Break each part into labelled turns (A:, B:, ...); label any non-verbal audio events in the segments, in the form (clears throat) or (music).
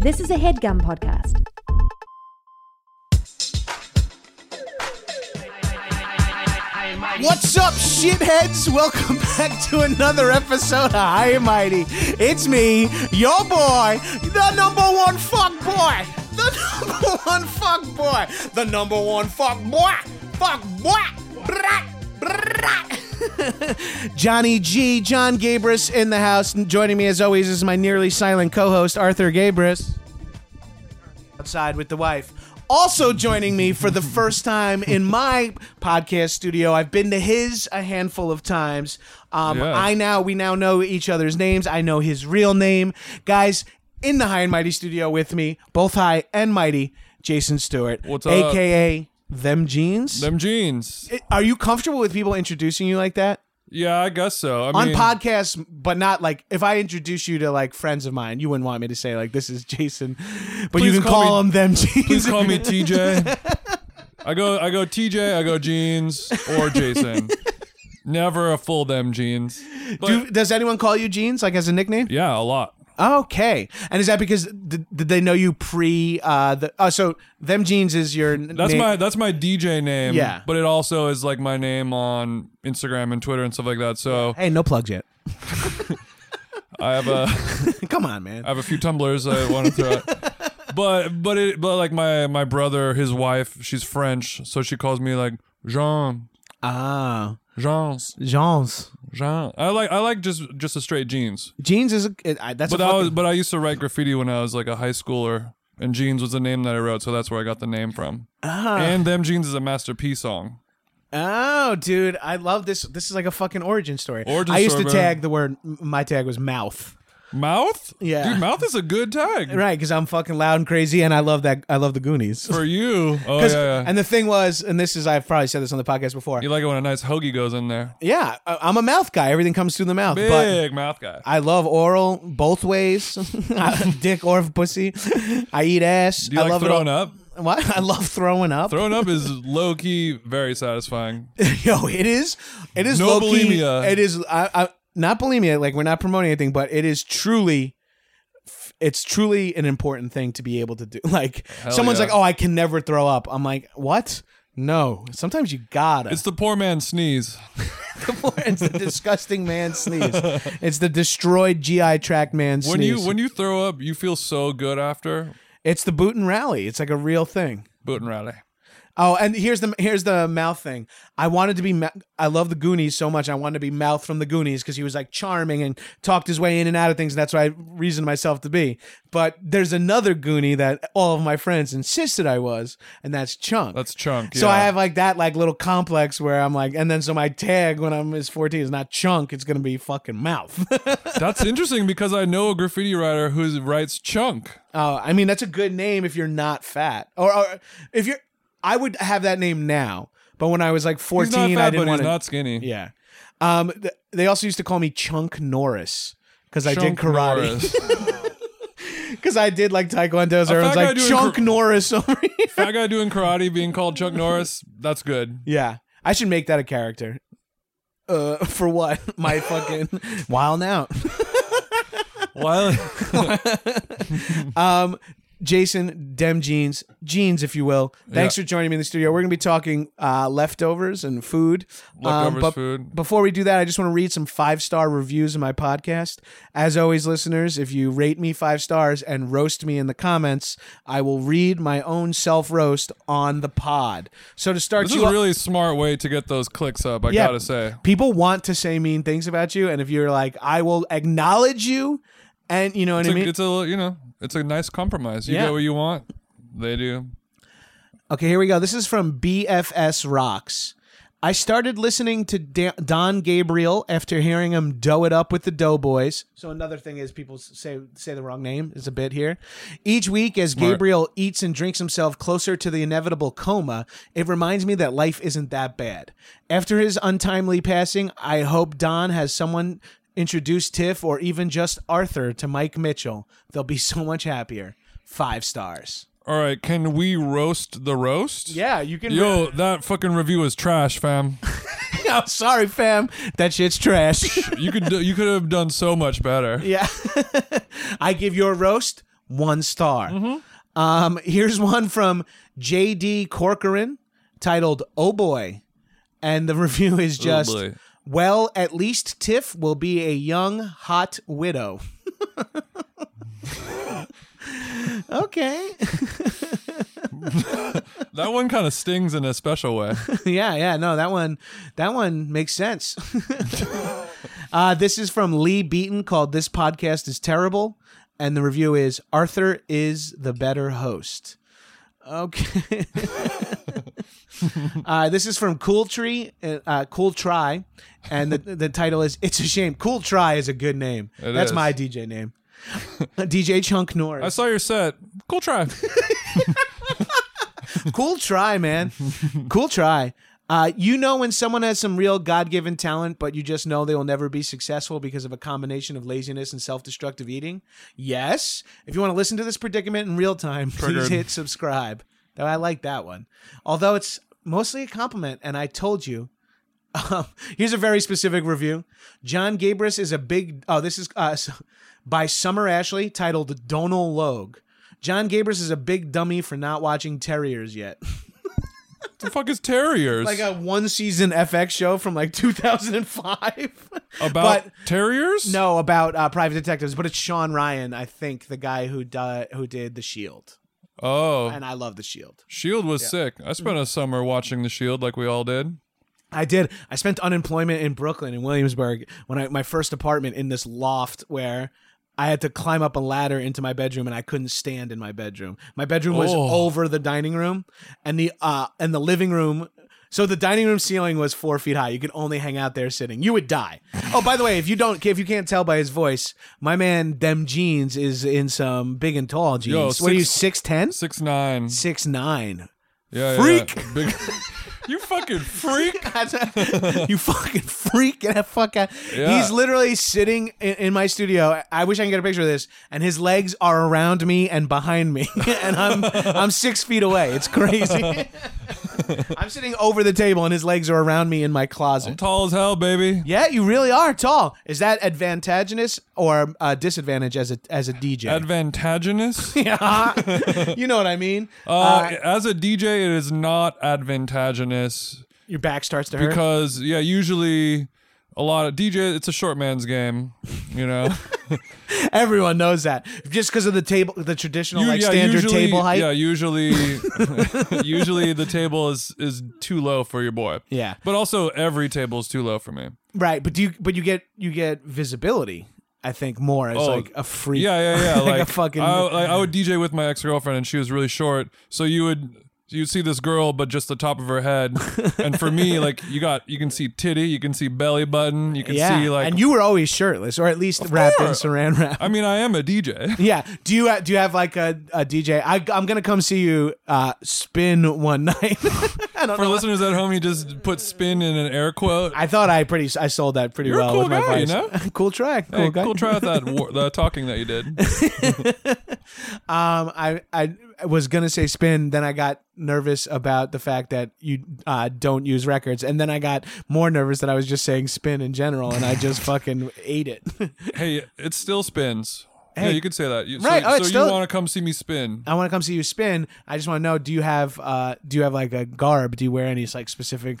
A: This is a headgum podcast.
B: What's up, shitheads? Welcome (laughs) back to another episode of High and Mighty. It's me, your boy, the number one fuck boy, the (laughs) number one fuck boy, the number one fuck boy, fuck boy, brat, brat. (laughs) Johnny G, John Gabris in the house. And joining me as always is my nearly silent co-host Arthur Gabris. Outside with the wife. Also joining me for the first time in my podcast studio. I've been to his a handful of times. Um,
C: Yeah.
B: I now we now know each other's names. I know his real name, guys. In the High and Mighty studio with me, both high and mighty, Jason Stewart,
C: What's up?
B: aka Them Jeans.
C: Them jeans.
B: Are you comfortable with people introducing you like that?
C: Yeah, I guess so. I
B: on
C: mean,
B: podcasts, but not like if I introduce you to like friends of mine, you wouldn't want me to say like this is Jason, but you
C: Please
B: can call,
C: call
B: him
C: me-
B: them. Jeans.
C: please
B: (laughs)
C: call me TJ. I go, I go TJ. I go jeans
B: (laughs)
C: or Jason. Never a full them jeans. But
B: Do, does anyone call you Jeans like as a nickname?
C: yeah, a lot.
B: Okay, and is that because did, did they know you pre? Uh, the oh, so them Jeans is your
C: That's my that's my DJ name.
B: Yeah.
C: but it also is like my name on Instagram and Twitter and stuff like that. So
B: Hey, no plugs yet. (laughs)
C: I have a
B: Come on, man.
C: I have a few tumblers
B: (laughs)
C: I want to throw. out. But but it but like my my brother, his wife, she's French, so she calls me like Jean,
B: Ah,
C: Jeans.
B: Jeans.
C: Jean. I like I like just just a straight jeans.
B: Jeans is a, it- I- that's
C: But
B: a
C: I
B: fucking-
C: was, but I used to write graffiti when I was like a high schooler, and jeans was the name that I wrote, so that's where I got the name from.
B: Ah.
C: And them jeans is a Master P song.
B: Oh, dude, I love this. This is like a fucking origin story.
C: Origin
B: I used
C: story,
B: to
C: man.
B: tag the word. My tag was mouth.
C: Mouth.
B: Yeah.
C: dude, mouth is a good tag
B: Right, because I'm fucking loud and crazy, and I love that. I love the Goonies.
C: for you. Oh
B: (laughs) 'Cause-
C: yeah, yeah.
B: And the thing was, and this is I've probably said this on the podcast before.
C: you like it when a nice hoagie goes in there.
B: yeah, I, I'm a mouth guy. Everything comes through the mouth. But
C: Big mouth guy.
B: I love oral both
C: (laughs)
B: ways, dick or pussy. I eat ass.
C: Do you
B: I
C: like
B: love
C: throwing
B: it all.
C: up?
B: What? I love throwing up.
C: Throwing up is low key very satisfying.
B: (laughs) Yo, it is. It is
C: No
B: low-key-
C: bulimia.
B: It is. I, I not bulimia. Like we're not promoting anything, but it is truly. It's truly an important thing to be able to do. (laughs) Like someone's
C: yeah.
B: like, "Oh, I can never throw up." I'm like, "What? No. Sometimes you gotta."
C: It's the poor man's sneeze.
B: (laughs)
C: (laughs)
B: it's the disgusting man sneeze. It's the destroyed GI tract man sneeze.
C: When you when you throw up, you feel so good after.
B: it's the boot and rally. It's like a real thing.
C: Boot and rally.
B: Oh, and here's the here's the mouth thing. I wanted to be. Ma- I love the Goonies so much. I wanted to be mouth from the Goonies because he was like charming and talked his way in and out of things. And that's what I reasoned myself to be. But there's another Goonie that all of my friends insisted I was, and that's Chunk.
C: That's chunk.
B: so
C: yeah.
B: I have like that like little complex where I'm like, and then so my tag when I'm is 14 is not Chunk. It's gonna be fucking mouth. (laughs)
C: That's interesting because I know a graffiti writer who writes chunk.
B: Oh, I mean that's a good name if you're not fat, or, or if you're. I would have that name now, but when I was like
C: He's not
B: 14, I
C: fat,
B: didn't
C: but
B: want
C: he's
B: to.
C: not skinny.
B: yeah, um, th- they also used to call me Chunk Norris because I did
C: Chunk
B: karate, (laughs)
C: Norris.
B: because I did like taekwondo. So everyone's
C: fat guy
B: like
C: doing
B: Chunk
C: kar-
B: Norris over (laughs) here.
C: fat guy doing karate, being called Chuck Norris. That's good.
B: Yeah, I should make that a character. Uh, (laughs) for what? My
C: (laughs)
B: fucking wild out.
C: Well,
B: Um, Jason Dem Jeans, jeans, if you will. Thanks
C: Yeah.
B: for joining me in the studio. We're gonna be talking uh, leftovers and food. Um,
C: Leftovers,
B: but
C: food.
B: Before we do that, I just want to read some five star reviews in my podcast. As always, listeners, if you rate me five stars and roast me in the comments, I will read my own self roast on the pod. So to start,
C: this is
B: you
C: a
B: off-
C: really smart way to get those clicks up. I gotta say,
B: people want to say mean things about you, and if you're like, I will acknowledge you, and you know what
C: it's,
B: I mean.
C: a, it's a you know, it's a nice compromise. You
B: Yeah.
C: get what you want. They do.
B: Okay, here we go. This is from BFS Rocks. I started listening to Da- Don Gabriel after hearing him dough it up with the Doughboys. So another thing is people s- say say the wrong name is a bit here. Each week as Gabriel eats and drinks himself closer to the inevitable coma, it reminds me that life isn't that bad. After his untimely passing, I hope Don has someone introduce Tiff or even just Arthur to Mike Mitchell. They'll be so much happier. 5 stars.
C: All right, can we roast the roast?
B: Yeah, you can
C: Yo, that fucking review is trash, fam.
B: (laughs) No, sorry, fam. That shit's trash.
C: (laughs)
B: (laughs)
C: You could do- you could have done so much better.
B: yeah. I give your roast one star. Um, here's one from J.D. Corcoran titled "Oh Boy," and the (laughs) review is just,
C: boy.
B: "Well, at least Tiff will be a young hot widow." (laughs) okay.
C: That one kind of stings in a special way.
B: (laughs) yeah, yeah, no, that one, that one makes sense. (laughs) uh, this is from Lee Beaton called "This Podcast Is Terrible," and the review is Arthur is the better host. Okay. (laughs) uh, this is from Cool Tree, uh, uh, Cool Try, and the the title is "It's a Shame." Cool Try is a good name.
C: It
B: That's
C: is.
B: my DJ name. (laughs) DJ Chunk
C: I
B: Norris.
C: saw your set. Cool try.
B: cool try, man. cool try. Uh, you know when someone has some real God-given talent, but you just know they will never be successful because of a combination of laziness and self-destructive eating. Yes. If you want to listen to this predicament in real time, (laughs) please
C: Triggered.
B: hit subscribe. Though I like that one, although it's mostly a compliment. And I told you. Um, (laughs) here's a very specific review. John Gabris is a big. Oh, this is uh, so- by Summer Ashley, titled "Donal Logue." John Gabris is a big dummy for not watching Terriers yet.
C: the fuck is terriers?
B: like a one season FX show from like 2005.
C: About
B: but- (laughs)
C: terriers?
B: no, about uh, private detectives, but it's Sean Ryan, I think, the guy who di- who did The Shield,
C: Oh,
B: and I love The Shield.
C: Shield was sick. I spent a summer watching The Shield, like we all did.
B: I did. I spent unemployment in Brooklyn in Williamsburg when I my first apartment in this loft where I had to climb up a ladder into my bedroom and I couldn't stand in my bedroom. My bedroom was
C: Oh.
B: over the dining room and the uh and the living room so the dining room ceiling was four feet high. You could only hang out there sitting. You would die. Oh, by the way, if you don't, if you can't tell by his voice, my man, them jeans is in some big and tall jeans. what are you, six ten,
C: Six nine.
B: six nine?
C: Yeah, yeah,
B: Freak.
C: yeah. (laughs) Big- you fucking freak. (laughs)
B: you fucking freak get the fuck out.
C: Yeah.
B: He's literally sitting in, in my studio. I wish I can get a picture of this. And his legs are around me and behind me, (laughs) and I'm I'm six feet away. It's crazy.
C: (laughs)
B: I'm sitting over the table, and his legs are around me in my closet.
C: Tall as hell, baby.
B: Yeah, you really are tall. Is that advantageous or uh, disadvantage as a as a DJ? (laughs)
C: Advantageous.
B: yeah, you know what I mean.
C: Uh, as a DJ, it is not advantageous
B: Your back starts to hurt.
C: because yeah, usually a lot of DJ. It's a short man's game, you know.
B: (laughs) Everyone knows that just because of the table, the traditional
C: You-
B: like standard
C: usually,
B: table height. (laughs)
C: Yeah, usually, (laughs) usually the table is is too low for your boy.
B: Yeah.
C: but also every table is too low for me.
B: Right, but do you but you get you get visibility, I think, more as like a freak.
C: Oh, (laughs) Yeah, yeah,
B: (laughs)
C: yeah.
B: like,
C: like,
B: a fucking
C: I, like, I would DJ with my ex girlfriend, and she was really short. So you would you'd see this girl, but just the top of her head. and for
B: (laughs)
C: me, like you got you can see titty, you can see belly button, you can
B: yeah.
C: see like.
B: and you were always shirtless or at least wrapped
C: course.
B: in saran wrap. (laughs)
C: I mean, I am a DJ.
B: yeah. Do you uh, do you have like a, a DJ? I, I'm gonna come see you uh, spin one (laughs) night. I don't
C: (laughs) For
B: know.
C: listeners at home, he just put spin in an air quote.
B: I thought I pretty I sold that pretty
C: You're a
B: well
C: cool
B: with my
C: guy, you
B: voice.
C: know?
B: (laughs) cool try, cool
C: Hey,
B: guy.
C: cool. Try out that
B: (laughs)
C: war- the talking that you did.
B: Um, I I was gonna say spin, then I got nervous about the fact that you uh, don't use records, and then I got more nervous that I was just saying spin in general, and I
C: (laughs)
B: just fucking ate it.
C: Hey, it still spins.
B: Hey.
C: yeah, you could say that. You,
B: Right,
C: So,
B: oh,
C: so
B: it's still-
C: you want to come see me spin?
B: I want to come see you spin. I just want to know: do you have uh, do you have like a garb? Do you wear any like specific?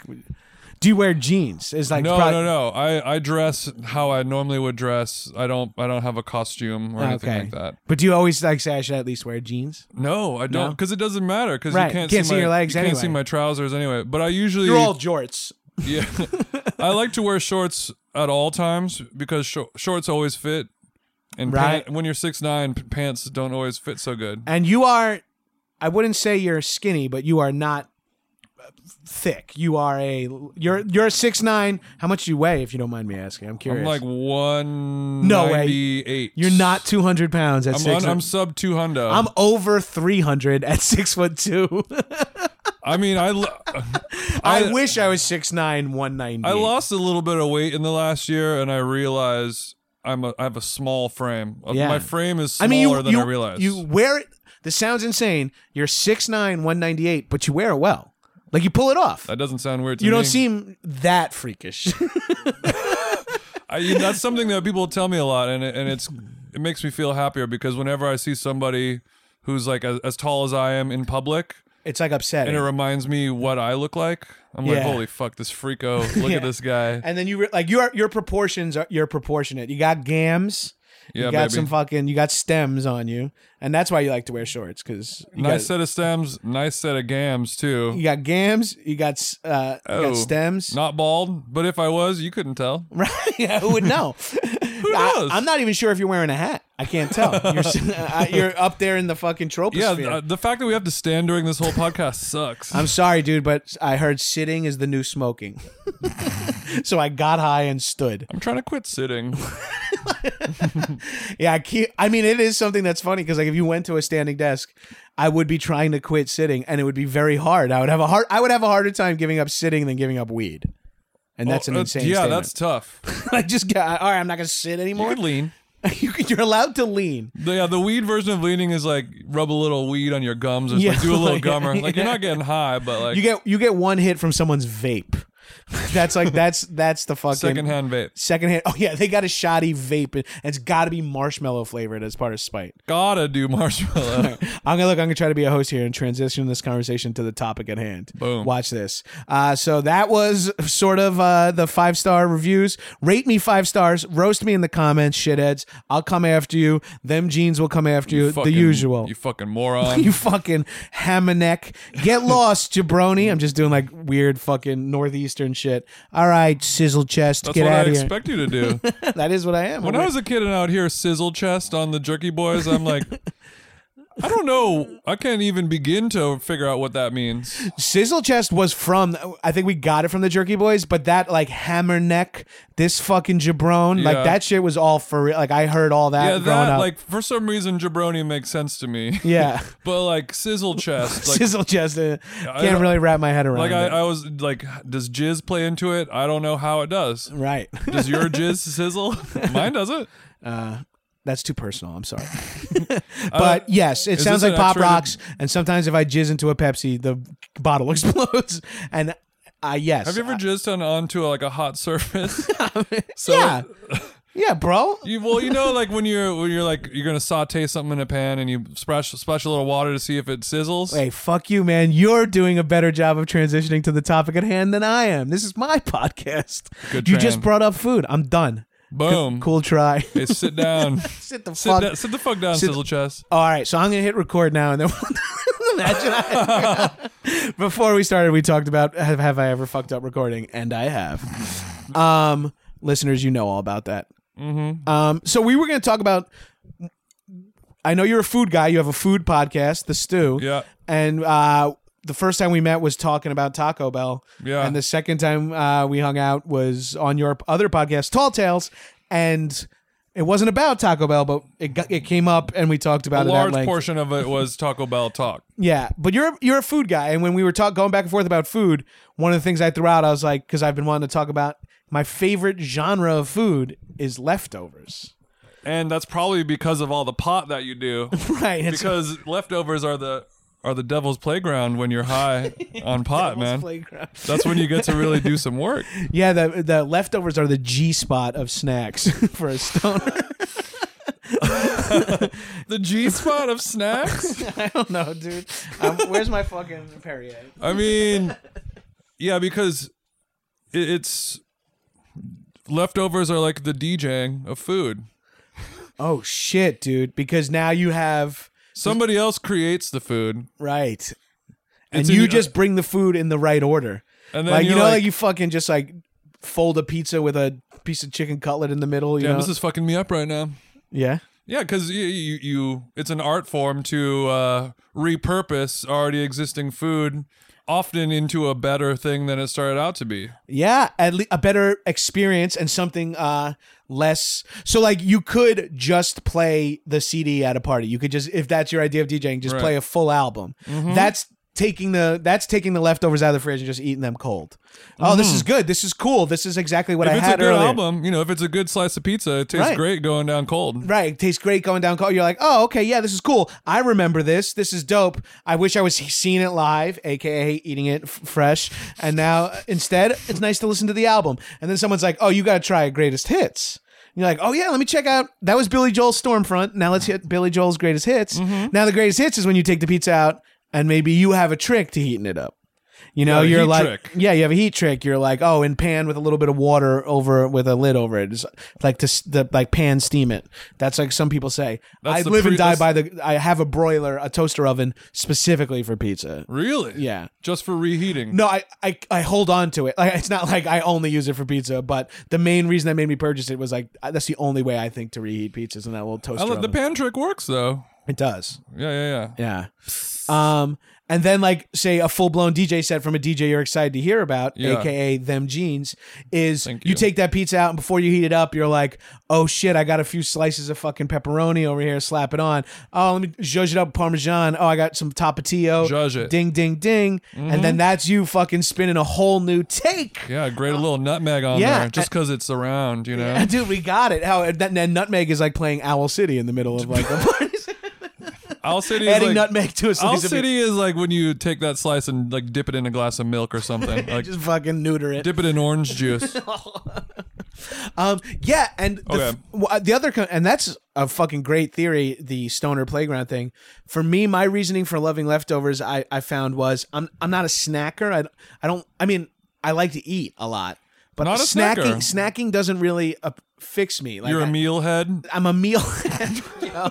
B: Do you wear jeans? It's like
C: No,
B: prob-
C: no, no. I, I dress how I normally would dress. I don't I don't have a costume or anything
B: Ah, Okay,
C: like that.
B: but do you always like say I should at least wear jeans?
C: No, I don't
B: No?
C: because it doesn't matter because
B: Right,
C: you can't,
B: can't
C: see,
B: see
C: my,
B: your legs
C: You can't see
B: anyway.
C: my trousers anyway. But I usually
B: You're all jorts.
C: (laughs) yeah. I like to wear shorts at all times because shor- shorts always fit. And
B: Right.
C: pant- when you're six nine, pants don't always fit so good.
B: and you are i wouldn't say you're skinny but you are not uh, thick you are a you're you're a six nine how much do you weigh if you don't mind me asking i'm curious
C: I'm like one
B: No way.
C: ninety eight.
B: you're not 200 pounds at
C: I'm,
B: six
C: un- I'm sub two hundo.
B: I'm over 300 at six foot two
C: I mean,
B: (laughs)
C: I, lo-
B: i,
C: I-
B: wish i was 6'9 190
C: I lost a little bit of weight in the last year, and I realized I'm a I have a small frame. Uh,
B: Yeah.
C: My frame is
B: i
C: smaller
B: mean you
C: than
B: you,
C: I realized.
B: you wear it this sounds insane you're 6'9 198 but you wear it well like you pull it off
C: that doesn't sound weird to
B: you
C: me.
B: don't seem that freakish (laughs)
C: I, that's something that people tell me a lot, and it, and it's it makes me feel happier because whenever I see somebody who's like as, as tall as I am in public,
B: It's like upsetting.
C: and it reminds me what I look like. I'm
B: Yeah.
C: like, holy fuck, this
B: (laughs)
C: freako! Look
B: Yeah.
C: at this guy.
B: and then you re- like your your proportions are you're proportionate. You got gams.
C: Yeah,
B: you got
C: baby.
B: some fucking you got stems on you, and that's why you like to wear shorts because you,
C: nice uh,
B: got,
C: set of stems, nice set of gams too.
B: you got gams, you got s- uh, you
C: Oh.
B: got stems.
C: Not bald, but if I was, you couldn't tell.
B: (laughs) Right? Yeah, who would
C: (laughs)
B: know? Who
C: knows?
B: I, am not even sure if you're wearing a hat. I can't tell. You're,
C: (laughs)
B: s- (laughs) I- you're up there in the fucking
C: Yeah, uh,
B: troposphere.
C: th- the fact that we have to stand during this whole podcast sucks.
B: I'm sorry, dude, but I heard sitting is the new
C: (laughs)
B: smoking. (laughs) so I got high and stood.
C: I'm trying to quit sitting.
B: Yeah, I keep, I mean, it is something that's funny because like if you went to a standing desk, I would be trying to quit sitting, and it would be very hard. I would have a hard, I would have a harder time giving up sitting than giving up weed. And that's an
C: Uh,
B: insane.
C: Yeah,
B: statement. (laughs)
C: that's tough.
B: I just got all right. I'm not gonna sit
C: You
B: anymore.
C: could lean.
B: (laughs) You can- You're allowed to lean.
C: The- Yeah, the weed version of leaning is like rub a little weed on your gums or just, like,
B: Yeah,
C: do a little
B: like-
C: gummer. Like you're not getting high, but like
B: You get you get one hit from someone's vape. (laughs) That's
C: (laughs)
B: like that's that's the fucking
C: secondhand vape.
B: Secondhand. Oh yeah, they got a shoddy vape, and it's got to be marshmallow flavored as part of spite.
C: Gotta do marshmallow.
B: (laughs) I'm gonna look. I'm gonna try to be a host here and transition this conversation to the topic at hand.
C: Boom.
B: Watch this. Uh, so that was sort of uh, the five star reviews. Rate me five stars. Roast me in the comments, shitheads. I'll come after you. Them jeans will come after you. the
C: Fucking-
B: usual. (laughs)
C: You fucking moron.
B: you fucking hammer neck.
C: (laughs)
B: Get lost, jabroni. I'm just doing like weird fucking northeastern shit. All right, sizzle chest,
C: That's
B: get
C: what I
B: out of here.
C: expect you to do.
B: (laughs) that is what I am.
C: When
B: I'm
C: I was a kid and out here sizzle chest on the Jerky Boys, I'm like, I don't know. I can't even begin to figure out what that means.
B: Sizzle chest was from I think we got it from the Jerky Boys, but that like hammer neck, this fucking jabron, like
C: Yeah.
B: that shit was all for real. Like I heard all that
C: Yeah,
B: growing
C: that
B: up.
C: like for some reason jabroni makes sense to me. (laughs)
B: yeah,
C: But like sizzle chest,
B: (laughs)
C: like
B: sizzle chest. Uh,
C: I
B: can't
C: don't-
B: really wrap my head around.
C: like I,
B: it.
C: I was like, does jizz play into it? I don't know how it does.
B: right, (laughs)
C: Does your jizz sizzle? Mine doesn't.
B: that's too personal. I'm
C: (laughs)
B: sorry, (laughs) but yes, it
C: Uh, is
B: sounds
C: this
B: like
C: an
B: pop
C: X-rated-
B: rocks. And sometimes if I jizz into a Pepsi, the bottle (laughs) explodes. And uh, yes,
C: Have you ever jizzed on onto uh, like a hot surface? (laughs) so (laughs)
B: yeah, yeah, bro.
C: You, well, you know, like when you're when you're like you're gonna saute something in a pan and you splash splash a little water to see if it sizzles.
B: Hey, fuck you, man. You're doing a better job of transitioning to the topic at hand than I am. This is my (laughs) podcast.
C: Good
B: you
C: tran.
B: just brought up food. I'm done.
C: Boom.
B: Cool
C: (laughs)
B: try.
C: Hey, sit
B: (laughs)
C: down.
B: Sit the
C: sit,
B: fuck.
C: da- sit the fuck down,
B: Sit-
C: sizzle chest.
B: All right, so I'm gonna hit record now, and then we'll (laughs) imagine.
C: (laughs)
B: I- Before we started, we talked about have, have I ever fucked up recording, and I have. Um, listeners, you know all about that. Mm-hmm. Um, so we were gonna talk about. I know you're a food guy. You have a food podcast, The Stew.
C: Yeah.
B: And uh, the first time we met was talking about Taco Bell.
C: Yeah.
B: And the second time uh, we hung out was on your other podcast, Tall Tales, and it wasn't about Taco Bell, but it got, it came up and we talked
C: A
B: about it at
C: large
B: length.
C: portion of it was Taco Bell talk.
B: Yeah, but you're you're a food guy, and when we were talk going back and forth about food, one of the things I threw out, I was like, because I've been wanting to talk about my favorite genre of food is leftovers. (laughs)
C: And that's probably because of all the pot that you do.
B: Right. It's
C: because leftovers are the are the devil's playground when
B: (laughs)
C: you're high on pot, man.
B: playground.
C: That's when you get to really do some work.
B: Yeah, the the leftovers are the G spot of snacks (laughs) for a stoner.
C: The G spot
B: (laughs)
C: of snacks.
B: I don't know, Oh, dude. Um, where's my fucking Perrier?
C: I mean, yeah, because it, it's leftovers are like the DJing of food.
B: Oh shit, dude! Because now you have
C: Somebody else creates the food,
B: right, and
C: It's in
B: you
C: the-
B: just bring the food in the right order.
C: and then
B: Like you
C: you're
B: know, like,
C: like,
B: you fucking just like fold a pizza with a piece of chicken cutlet in the middle. You
C: "Damn,
B: know,
C: this is fucking me up right now."
B: yeah.
C: Yeah, because you, you, you, it's an art form to uh, repurpose already existing food, often into a better thing than it started out to be.
B: Yeah, at least a better experience and something uh less. So like you could just play the CD at a party. You could just if that's your idea of DJing, just
C: Right. Mm-hmm.
B: play a full album. That's taking the that's taking the leftovers out of the fridge and just eating them cold. Oh, this is good. This is cool. This is exactly what I
C: Mm. if it's
B: had
C: a good
B: earlier.
C: album, you know, if it's a good slice of pizza, it tastes
B: Right.
C: great going down cold.
B: Right, it tastes great going down cold. You're like, oh, okay, yeah, this is cool. I remember this. This is dope. I wish I was (laughs) seeing it live, aka eating it f- fresh. uh, And now instead, it's nice to listen to the album. And then someone's like, oh, you got to try Greatest Hits. you're like, oh yeah, let me check out. That was Billy Joel's Stormfront. Now let's hit Billy Joel's greatest hits. Now the greatest hits is when you take the pizza out and maybe you have a trick to heating it up. You know,
C: Yeah, a
B: you're
C: heat
B: like,
C: trick.
B: yeah, you have a heat trick. You're like, oh, and pan with a little bit of water over with a lid over it. It's like to s- the like pan steam it. That's like some people say.
C: That's
B: I
C: the
B: live
C: pre-
B: and die
C: that's-
B: by the. I have a broiler, a toaster oven specifically for pizza.
C: Really?
B: Yeah.
C: Just for reheating.
B: No, I, I I hold on to it. Like it's not like I only use it for pizza, but the main reason that made me purchase it was like I- that's the only way I think to reheat pizzas in that little toaster.
C: I love, the
B: oven.
C: pan trick works though.
B: it does.
C: Yeah, yeah, yeah.
B: Yeah. Um and then like say a full blown DJ set from a DJ you're excited to hear about,
C: Yeah.
B: aka them jeans, is you.
C: you.
B: take that pizza out and before you heat it up, you're like, oh shit, I got a few slices of fucking pepperoni over here, slap it on. Oh, let me zhuzh it up with parmesan. Oh, I got some tapatio.
C: Zhuzh it. Mm-hmm.
B: Ding ding ding. And then that's you fucking spinning a whole new take.
C: Yeah, grate a little nutmeg on
B: Uh, yeah,
C: there just because it's around, you know.
B: Dude, we got it. How that, that nutmeg is like playing Owl City in the middle of
C: (laughs)
B: like the parties. (laughs)
C: Owl City is
B: adding
C: like,
B: nutmeg to a slice
C: Owl
B: of
C: City is like when you take that slice and like dip it in a glass of milk
B: (laughs)
C: or something. Like
B: just fucking neuter it.
C: dip it in
B: (laughs)
C: orange juice.
B: Um, yeah, and the,
C: Okay.
B: f- w- uh, the other co- and that's a fucking great theory, the stoner playground thing. For me, my reasoning for loving leftovers, I, I found was I'm I'm not a snacker. I I don't. I mean, I like to eat a lot, but
C: Not a
B: snacking
C: snacker.
B: snacking doesn't really uh, fix me. Like
C: You're a
B: I-
C: meal head.
B: I'm a meal head. (laughs) yo.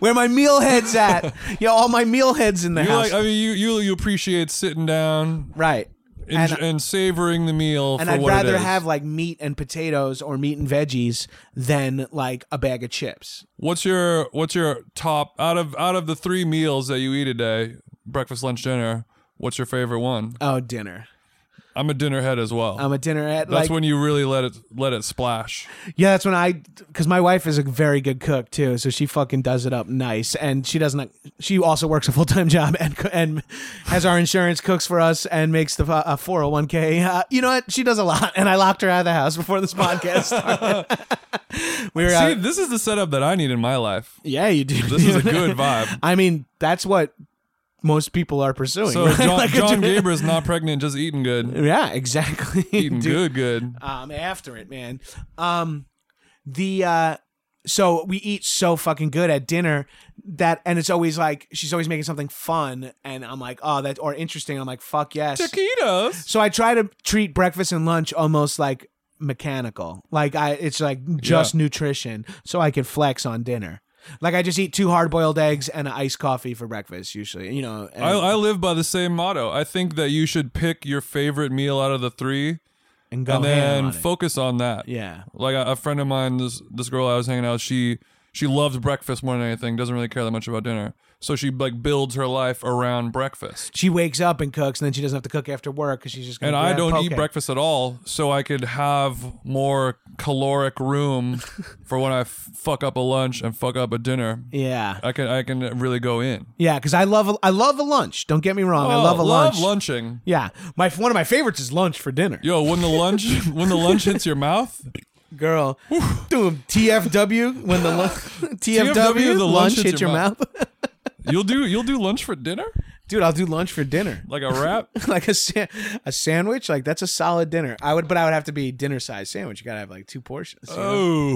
B: Where my meal head's at. Yo, all my meal heads in the
C: You
B: house.
C: like I mean you you you appreciate sitting down
B: right.
C: and,
B: And,
C: and, savoring the meal
B: and
C: for
B: I'd
C: what it
B: rather
C: is.
B: have like meat and potatoes or meat and veggies than like a bag of chips.
C: What's your what's your top out of out of the three meals that you eat a day, breakfast, lunch, dinner? What's your favorite one?
B: Oh, dinner.
C: I'm a dinner head as well.
B: I'm a dinner at
C: That's
B: like
C: when you really let it let it splash.
B: yeah. That's when I because my wife is a very good cook too, so she fucking does it up nice. And she doesn't. She also works a full time (laughs) job and co- and has our insurance, cooks for us, and makes the uh, four hundred one k. Uh, You know what? She does a lot, and I locked her out of the house before this podcast. started. (laughs) we were
C: See,
B: out.
C: this is the setup that I need in my life.
B: Yeah, you do. (laughs)
C: This is a good vibe.
B: I mean, that's what most people are pursuing.
C: So
B: right? (laughs)
C: John,
B: Like a
C: John
B: dinner-
C: Gabriel's not pregnant, just
B: (laughs)
C: eating good,
B: Yeah, exactly. (laughs)
C: eating
B: Dude,
C: good, good.
B: I'm after it, man. Um, the uh, so we eat so fucking good at dinner that, and it's always like she's always making something fun, and I'm like, oh, that or interesting. I'm like, fuck yes.
C: Taquitos.
B: So I try to treat breakfast and lunch almost like mechanical. Like I, it's like just nutrition, so I can flex on dinner. Like I just eat two hard-boiled eggs and an iced coffee for breakfast usually. You know, and,
C: I, I live by the same motto. I think that you should pick your favorite meal out of the three
B: and go
C: and
B: ham
C: then
B: on it.
C: focus on that.
B: yeah.
C: Like a, a friend of mine, this this girl I was hanging out, she she loves breakfast more than anything. Doesn't really care that much about dinner, so she like builds her life around breakfast.
B: She wakes up and cooks, and then she doesn't have to cook after work because she's just. Gonna
C: And I
B: grab
C: don't eat
B: poke.
C: breakfast at all, so I could have more
B: (laughs)
C: caloric room for when I f- fuck up a lunch and fuck up a dinner.
B: Yeah,
C: I can I can really go in.
B: yeah, because I love a, I love a lunch. Don't get me wrong, I love a
C: Oh,
B: lunch.
C: lunching.
B: Yeah, my one of my favorites is lunch for dinner.
C: Yo, when the lunch
B: (laughs)
C: when the lunch hits your mouth,
B: Girl, doom TFW when the lunch (laughs) TFW,
C: TFW,
B: the lunch hits your mouth. (laughs)
C: you'll do you'll do lunch for dinner
B: Dude, I'll do lunch for dinner. (laughs)
C: like a wrap.
B: Like a sa- a sandwich, like that's a solid dinner. I would, but I would have to be dinner sized sandwich. You gotta have like two portions. you know?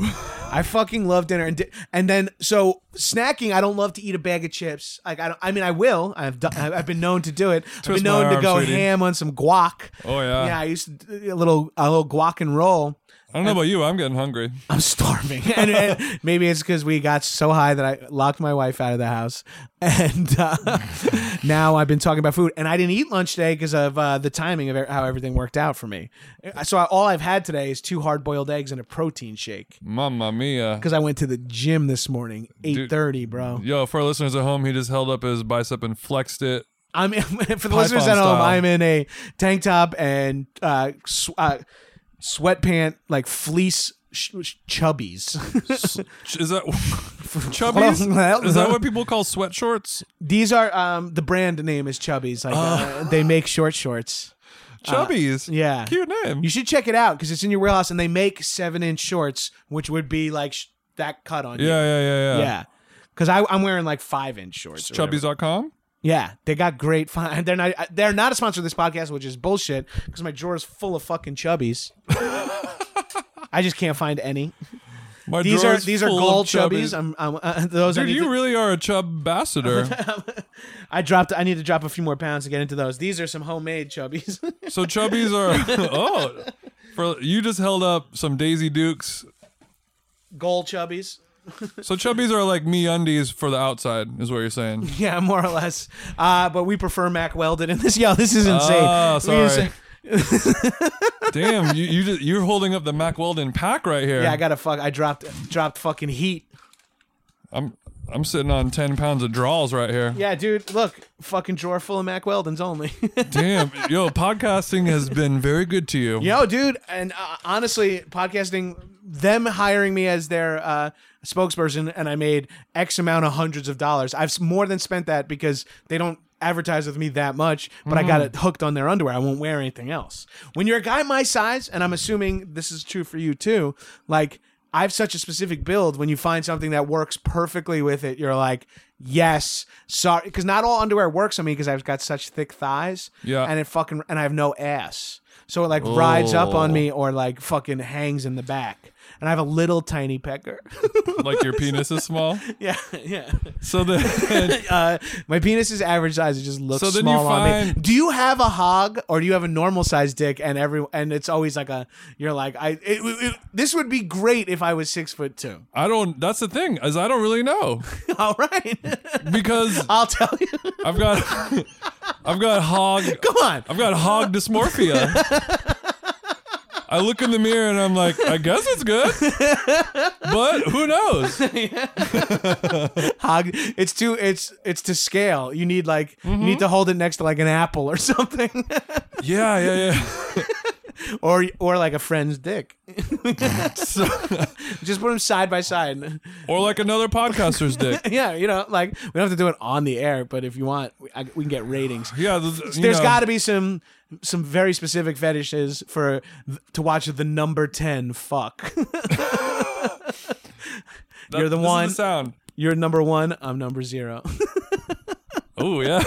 C: Oh,
B: I fucking love dinner and di- and then so snacking. I don't love to eat a bag of chips. Like I, don't, I mean, I will. I've done, I've been known to do it. I've been
C: Twist my
B: known to
C: arm,
B: go
C: sweetie.
B: ham on some guac.
C: Oh, yeah.
B: yeah. I used to do a little a little guac and roll.
C: I don't know about you. I'm getting hungry.
B: I'm starving, (laughs) and, and maybe it's because we got so high that I locked my wife out of the house, and uh, (laughs) now I've been talking about food, and I didn't eat lunch today because of uh, the timing of e- how everything worked out for me. Uh, So I, all I've had today is two hard boiled eggs and a protein shake
C: Mamma mia.
B: because I went to the gym this morning, eight thirty, bro.
C: Yo, for our listeners at home, he just held up his bicep and flexed it.
B: I'm (laughs) for the listeners at
C: style.
B: home. I'm in a tank top and uh, sw- uh sweatpant, like fleece sh- sh- chubbies.
C: (laughs) Ch- Is that
B: (laughs)
C: chubbies? Is that what people call sweat shorts?
B: These are um the brand name is Chubbies. Like
C: (laughs)
B: uh, they make short shorts.
C: Chubbies.
B: Uh, yeah.
C: Cute name.
B: You should check it out because it's in your warehouse, and they make seven inch shorts, which would be like sh- that cut on
C: yeah, yeah, yeah,
B: you.
C: yeah.
B: Yeah. Because I'm wearing like five inch shorts. or whatever.
C: Chubbies.com.
B: Yeah, they got great fun. (laughs) They're not. uh, They're not a sponsor of this podcast, which is bullshit.
C: (laughs)
B: Because my drawer is full of fucking chubbies. I just can't find any.
C: My
B: These are
C: drawer's
B: these are
C: full of
B: gold
C: chubbies.
B: chubbies. I'm, I'm, uh, (laughs) those are
C: Dude, you really are a chub ambassador.
B: I dropped. I need to drop a few more pounds to get into those. These are some homemade chubbies. (laughs)
C: so chubbies are (laughs) oh, for you just held up some Daisy Dukes.
B: Gold chubbies. (laughs)
C: So chubbies are like me undies for the outside, is what you're
B: (laughs)
C: saying.
B: Yeah, more or less. Uh, but we prefer Mac Weldon in this. (laughs) Yo, this is insane.
C: Ah,
B: We use-
C: sorry. (laughs) Damn, you, you just, you're holding up the Mac Weldon pack right here.
B: yeah, I got to fuck. I dropped dropped fucking heat.
C: I'm I'm sitting on ten pounds of draws right here.
B: Yeah, dude. Look, fucking drawer full of Mac Weldons only. (laughs)
C: Damn, yo, podcasting has been very good to you.
B: Yo, dude, and uh, honestly, podcasting, them hiring me as their uh, spokesperson, and I made X amount of hundreds of dollars. I've s- more than spent that because they don't advertise with me that much, but I got it hooked on their underwear. I won't wear anything else. When you're a guy my size, and I'm assuming this is true for you too, like I have such a specific build. When you find something that works perfectly with it, you're like, yes, sorry, because not all underwear works on me because I've got such thick thighs.
C: Yeah.
B: and it fucking and I have no ass, so it like rides up on
C: Oh.
B: me or like fucking hangs in the back. And I have a little tiny pecker. (laughs)
C: Like your penis is small.
B: yeah, yeah.
C: So
B: (laughs)
C: then
B: Uh, my penis is average size. It just looks
C: So then
B: small
C: you
B: on me.
C: find-
B: Do you have a hog or do you have a normal sized dick? And every and it's always like a you're like I. It, it- this would be great if I was six foot two. (laughs)
C: I don't. That's the thing is I don't really know
B: All right, (laughs)
C: because
B: I'll tell you.
C: I've got I've got hog
B: Come on.
C: I've got hog dysmorphia. I look in the mirror and I'm like, I guess it's good, but who knows?
B: Hog. It's too. It's it's to scale. You need like
C: Mm-hmm.
B: you need to hold it next to like an apple or (laughs) something,
C: Yeah, yeah, yeah.
B: or or like a friend's dick.
C: So,
B: Just put them side by side.
C: or like another podcaster's dick.
B: Yeah, you know, like we don't have to do it on the air, but if you want, we, I, we can get ratings.
C: Yeah, there's,
B: There's got to be some some very specific fetishes for th- to watch the number ten fuck. (laughs) you're the one.
C: sound.
B: You're number one. I'm number zero.
C: Oh yeah.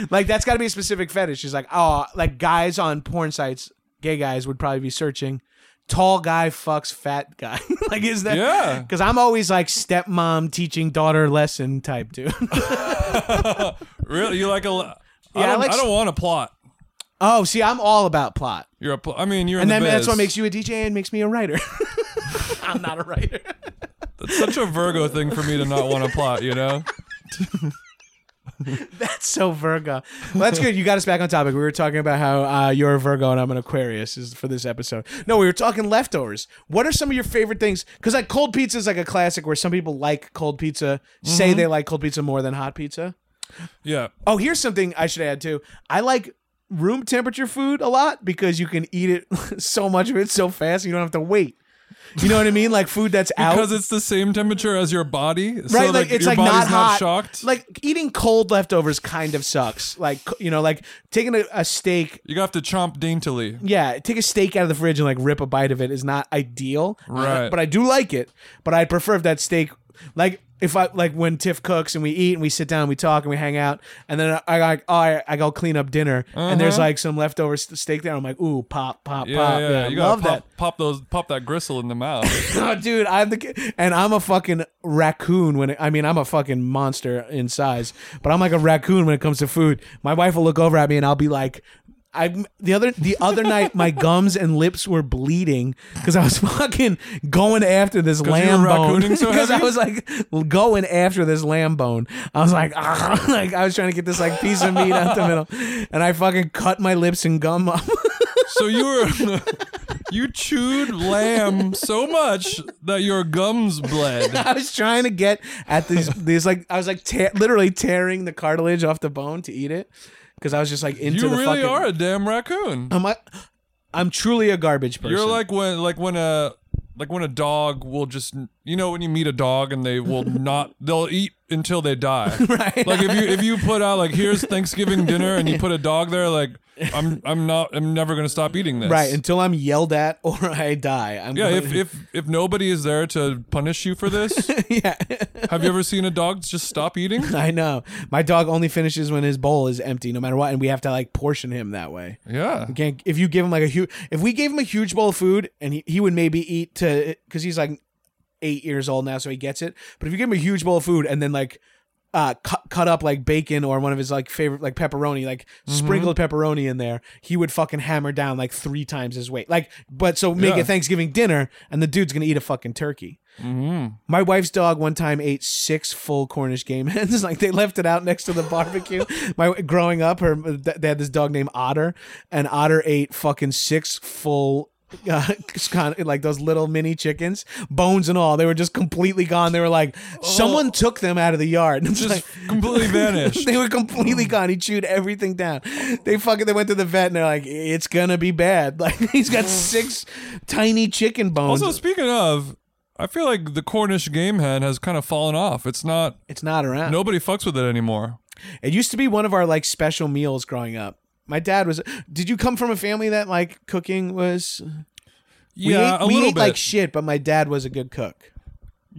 C: (laughs)
B: like that's got to be a specific fetish. She's like, oh, like guys on porn sites, gay guys would probably be searching. Tall guy fucks fat guy. (laughs) like, is that?
C: Yeah.
B: Because I'm always like stepmom teaching daughter lesson type dude. (laughs)
C: Really, you like a? Yeah, I
B: Yeah, I
C: don't,
B: like
C: I
B: s-
C: don't want a plot.
B: oh, see, I'm all about plot.
C: You're a. Pl- I mean, you're.
B: And
C: in
B: then
C: the
B: that's
C: biz.
B: what makes you a DJ and makes me a writer. (laughs) I'm not a writer.
C: That's such a Virgo thing for me to not want a plot. You know.
B: That's so Virgo. Well, that's good. You got us back on topic. We were talking about how uh, you're a Virgo and I'm an Aquarius is for this episode. No, we were talking leftovers. What are some of your favorite things? Because like cold pizza is like a classic where some people like cold pizza, say they like cold pizza more than hot pizza.
C: Yeah.
B: Oh, here's something I should add too. I like room temperature food a lot because you can eat it (laughs) so much of it so fast you don't have to wait. You know what I mean? Like food that's out.
C: Because it's the same temperature as your body, so
B: right?
C: like,
B: like, it's
C: your
B: like
C: body's
B: not hot.
C: shocked.
B: Like eating cold leftovers kind of sucks. Like c- you know, like taking a, a steak.
C: you have to chomp daintily.
B: Yeah, take a steak out of the fridge and like rip a bite of it is not ideal.
C: Right.
B: But I do like it. But I prefer if that steak, like if I like when Tiff cooks and we eat and we sit down and we talk and we hang out and then I like oh I, I go clean up dinner and there's like some leftover s- steak there. I'm like ooh pop pop
C: Uh-huh. Yeah,
B: pop.
C: yeah.
B: Yeah, I
C: you gotta
B: love
C: pop,
B: that.
C: pop those, pop that gristle in the mouth.
B: (laughs) Oh, dude, I'm the ki- and I'm a fucking raccoon when it, I mean I'm a fucking monster in size, but I'm like a raccoon when it comes to food. My wife will look over at me and I'll be like, I the other the other night
C: (laughs)
B: my gums and lips were bleeding because I was fucking going after this lamb
C: were
B: bone (laughs)
C: raccooning so
B: because I
C: heavy?
B: was like going after this lamb bone. I was like, (laughs) "Ah," like I was trying to get this like piece of meat out the middle, and I fucking cut my lips and gum up.
C: so you were, (laughs) you chewed lamb so much that your gums bled.
B: I was trying (laughs) to get at these
C: (laughs)
B: these like I was like tear literally tearing the cartilage off the bone to eat it because I was just like into
C: You
B: the
C: really
B: fucking.
C: are a damn raccoon.
B: I'm like, I'm truly a garbage person.
C: You're like when, like when a, like when a dog will just, you know, when you meet a dog and they
B: (laughs)
C: will not, they'll eat until they die.
B: Right.
C: Like if you if you put out like here's Thanksgiving dinner and you put a dog
B: (laughs)
C: there, like I'm I'm not I'm never gonna stop eating this.
B: right until I'm yelled at or (laughs) I die. I'm
C: Yeah,
B: going-
C: if, if if nobody is there to punish you for this,
B: (laughs) yeah.
C: have you ever seen a dog just stop
B: (laughs)
C: eating?
B: I know. My dog only finishes when his bowl is empty, no matter what, and we have to like portion him that way.
C: Yeah.
B: We can't if you give him like a huge if we gave him a huge bowl of food and he, he would maybe eat to because he's like eight years old now, so he gets it. But if you give him a huge bowl of food and then like uh, cut cut up like bacon or one of his like favorite like pepperoni, like sprinkled pepperoni in there, he would fucking hammer down like three times his weight. Like, but so make
C: Yeah.
B: it Thanksgiving dinner, and the dude's gonna eat a fucking turkey.
C: Mm-hmm.
B: My wife's dog one time ate six full Cornish game hens. (laughs) Like they left it out next to the
C: (laughs)
B: barbecue. My growing up, her they had this dog named Otter, and Otter ate fucking six full. Uh, (laughs) kind of like those little mini chickens, bones and all, they were just completely gone. They were like someone took them out of the yard. (laughs) It's
C: Oh. Just
B: like-
C: completely vanished.
B: (laughs)
C: Mm.
B: they were completely gone. He chewed everything down. They fucking they went to the vet and they're like, it's gonna be bad. (laughs) Like he's got six tiny chicken bones.
C: Mm. Also, speaking of, I feel like the Cornish game hen has kind of fallen off. It's not
B: it's not around.
C: nobody fucks with it anymore.
B: It used to be one of our like special meals growing up. My dad was. Did you come from a family that like cooking was? We
C: Yeah,
B: ate,
C: a
B: we
C: little
B: ate
C: bit.
B: like shit, but my dad was a good cook.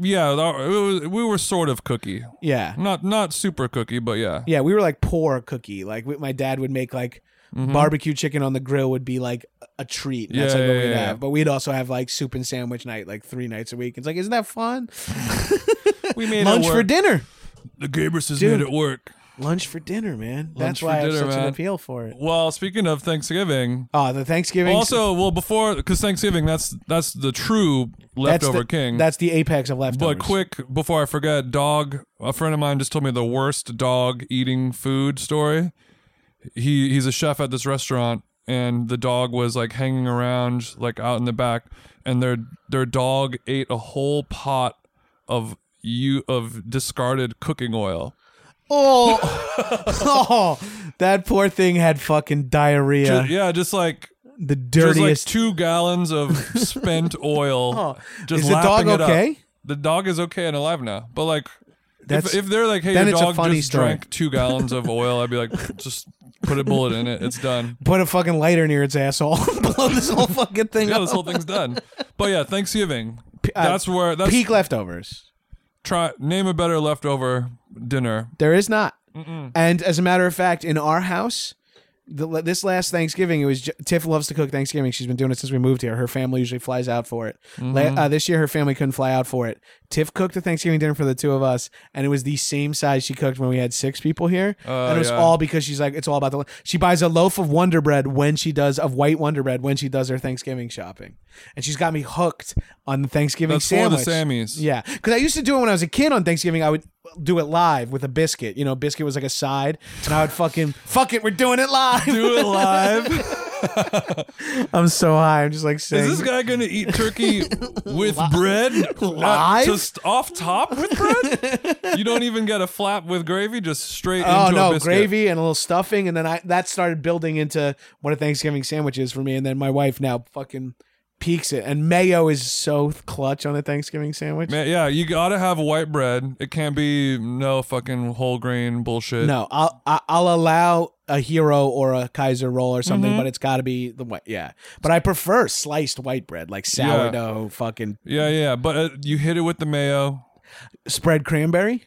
C: yeah, that- it was- we were sort of cookie,
B: Yeah,
C: not not super cookie, but yeah.
B: yeah. We were like poor cookie. Like we, my dad would make like
C: Mm-hmm.
B: barbecue chicken on the grill would be like a treat. and That's
C: Yeah,
B: like what
C: yeah,
B: we'd
C: yeah.
B: have. But we'd also have like soup and sandwich night like three nights a week. It's like isn't that
C: (laughs)
B: fun?
C: We made
B: Lunch
C: it
B: for
C: work.
B: dinner.
C: The Gabrises
B: Dude.
C: made it work.
B: Lunch for dinner, man.
C: Lunch
B: That's
C: for
B: why I have
C: dinner,
B: such an
C: man.
B: appeal for it.
C: Well, speaking of Thanksgiving,
B: Oh, the Thanksgiving.
C: also well before because Thanksgiving that's that's the true
B: that's
C: leftover
B: the,
C: king.
B: That's the apex of leftovers.
C: but quick before I forget, dog. A friend of mine just told me the worst dog eating food story. He he's a chef at this restaurant, and the dog was like hanging around like out in the back, and their their dog ate a whole pot of you of discarded cooking oil.
B: Oh, (laughs) oh, that poor thing had fucking diarrhea.
C: yeah just like
B: the
C: There's like
B: dirtiest.
C: two
B: (laughs)
C: gallons of spent oil. just
B: Is the dog
C: lapping it up.
B: okay?
C: The dog is okay and alive now. But like,
B: That's-
C: if, if they're like, hey,
B: then
C: your
B: it's a
C: dog
B: funny
C: just
B: story.
C: drank two gallons of oil, I'd be
B: (laughs)
C: like, just put a bullet in it. It's done.
B: Put a fucking lighter near its asshole. (laughs) Blow this whole fucking thing
C: Yeah,
B: up.
C: this whole thing's done. But yeah, Thanksgiving.
B: uh,
C: That's where that's
B: Peak leftovers.
C: try name a better leftover dinner.
B: There is not. And as a matter of fact, in our house, the, this last Thanksgiving, it was J- Tiff loves to cook Thanksgiving. She's been doing it since we moved here. Her family usually flies out for it. La-
C: Mm-hmm.
B: uh, this year, her family couldn't fly out for it. Tiff cooked a Thanksgiving dinner for the two of us, and it was the same size she cooked when we had six people here.
C: Oh,
B: and it was
C: yeah.
B: all because she's like, it's all about the. She buys a loaf of Wonder Bread when she does of white Wonder Bread when she does her Thanksgiving shopping, and she's got me hooked on the Thanksgiving
C: That's for the
B: sandwich.
C: Sammys.
B: Yeah, because I used to do it when I was a kid on Thanksgiving. I would do it live with a biscuit. You know, biscuit was like a side, and I would fucking fuck it. We're doing it live.
C: Do it (laughs) live.
B: (laughs) I'm so high. I'm just like
C: Is
B: saying.
C: this guy gonna
B: (laughs)
C: eat turkey with
B: Live?
C: bread? Uh, just off top with bread? you don't even get a flap with gravy, just straight
B: Oh
C: into a
B: no,
C: biscuit.
B: gravy and a little stuffing, and then I that started building into what a Thanksgiving sandwich is for me. And then my wife now fucking peaks it, and mayo is so clutch on a Thanksgiving sandwich.
C: Man, yeah, you gotta have white bread. It can't be no fucking whole grain bullshit.
B: No, I'll I- I'll allow a hero or a Kaiser roll or something,
C: Mm-hmm.
B: but it's got to be the white. Yeah, but I prefer sliced white bread, like sourdough, fucking
C: Yeah, yeah, but uh, you hit it with the mayo.
B: spread cranberry.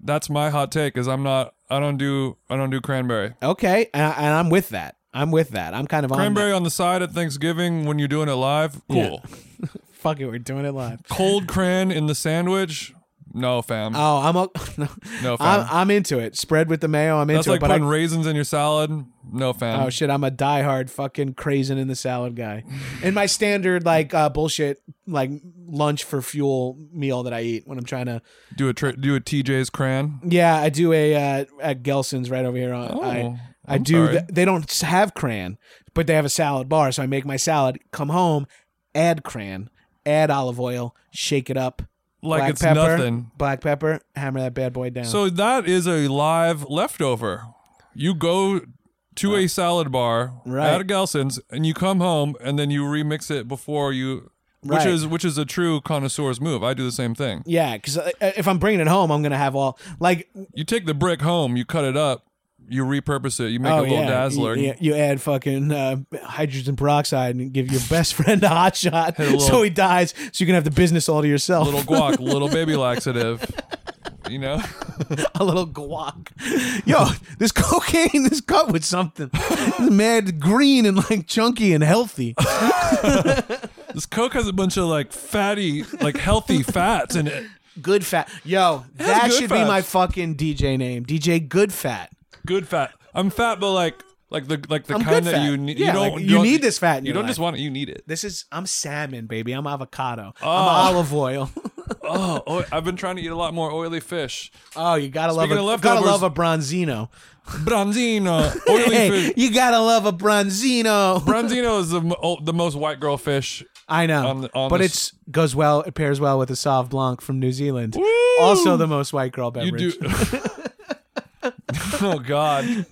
C: That's my hot take. Is I'm not. I don't do. I don't do cranberry.
B: Okay, and, I, and I'm with that. I'm with that. I'm kind of on
C: Cranberry on the side at Thanksgiving when you're doing it live. Cool.
B: that. Fuck it, we're doing it live.
C: Cold cran in the sandwich. No, fam.
B: Oh, I'm o- (laughs) no,
C: No, fam.
B: I'm, I'm into it. Spread with the mayo. I'm
C: That's
B: into
C: like
B: it. But I,
C: putting raisins in your salad. No,
B: (laughs)
C: fam.
B: oh shit, I'm a diehard fucking crazing in the salad guy. In my standard like uh, bullshit like lunch for fuel meal that I eat when I'm trying to.
C: Do a tra- do a TJ's cran.
B: Yeah, I do a uh, at Gelson's right over here. On
C: Oh,
B: I I
C: I'm
B: do.
C: sorry.
B: th- they don't have cran, but they have a salad bar. So I make my salad. Come home, add cran, add olive oil, shake it up.
C: Like
B: black
C: it's
B: pepper,
C: nothing.
B: Black pepper, hammer that bad boy down.
C: So that is a live leftover. You go to a salad bar
B: Right.
C: at a Gelson's and you come home and then you remix it before you which
B: Right.
C: is which is a true connoisseur's move. I do the same thing.
B: yeah, because if I'm bringing it home, I'm gonna have all like
C: You take the brick home, you cut it up, you repurpose it, you make
B: oh
C: a little
B: yeah,
C: dazzler.
B: You, you add fucking uh, hydrogen peroxide and give your best (laughs) friend a hot shot so
C: little-
B: he dies, so you can have the business all to yourself. (laughs)
C: Little guac, little baby laxative. You know?
B: a little guac. Yo, this cocaine is cut
C: (laughs)
B: with something. It's mad green and like chunky and healthy.
C: This Coke has a bunch of like fatty, like
B: (laughs)
C: healthy fats in it.
B: Good fat. Yo, that
C: good
B: should be
C: fats.
B: my fucking DJ name. DJ Good Fat.
C: Good fat. I'm fat, but like like the like the
B: I'm
C: kind
B: good
C: that
B: fat.
C: you need.
B: Yeah,
C: you don't
B: like,
C: you
B: you
C: don't-
B: need this fat in
C: You
B: your
C: don't just
B: life.
C: want it.
B: (laughs)
C: You need it.
B: This is I'm salmon, baby. I'm avocado.
C: Oh.
B: I'm olive
C: (laughs)
B: oil.
C: Oh, oh, I've been trying to eat a lot more oily fish.
B: oh, you gotta love
C: Speaking
B: a
C: of
B: gotta love
C: leftovers-
B: a bronzino. (laughs)
C: Bronzino, oily
B: Hey,
C: fish.
B: you gotta love a bronzino.
C: Bronzino is the mo- oh, the most white girl fish.
B: I know,
C: On the- on
B: but
C: the
B: it's goes well. It pairs well with a sauve blanc from New Zealand.
C: Woo!
B: Also, the most white girl
C: You
B: beverage.
C: do. (laughs)
B: (laughs)
C: oh God.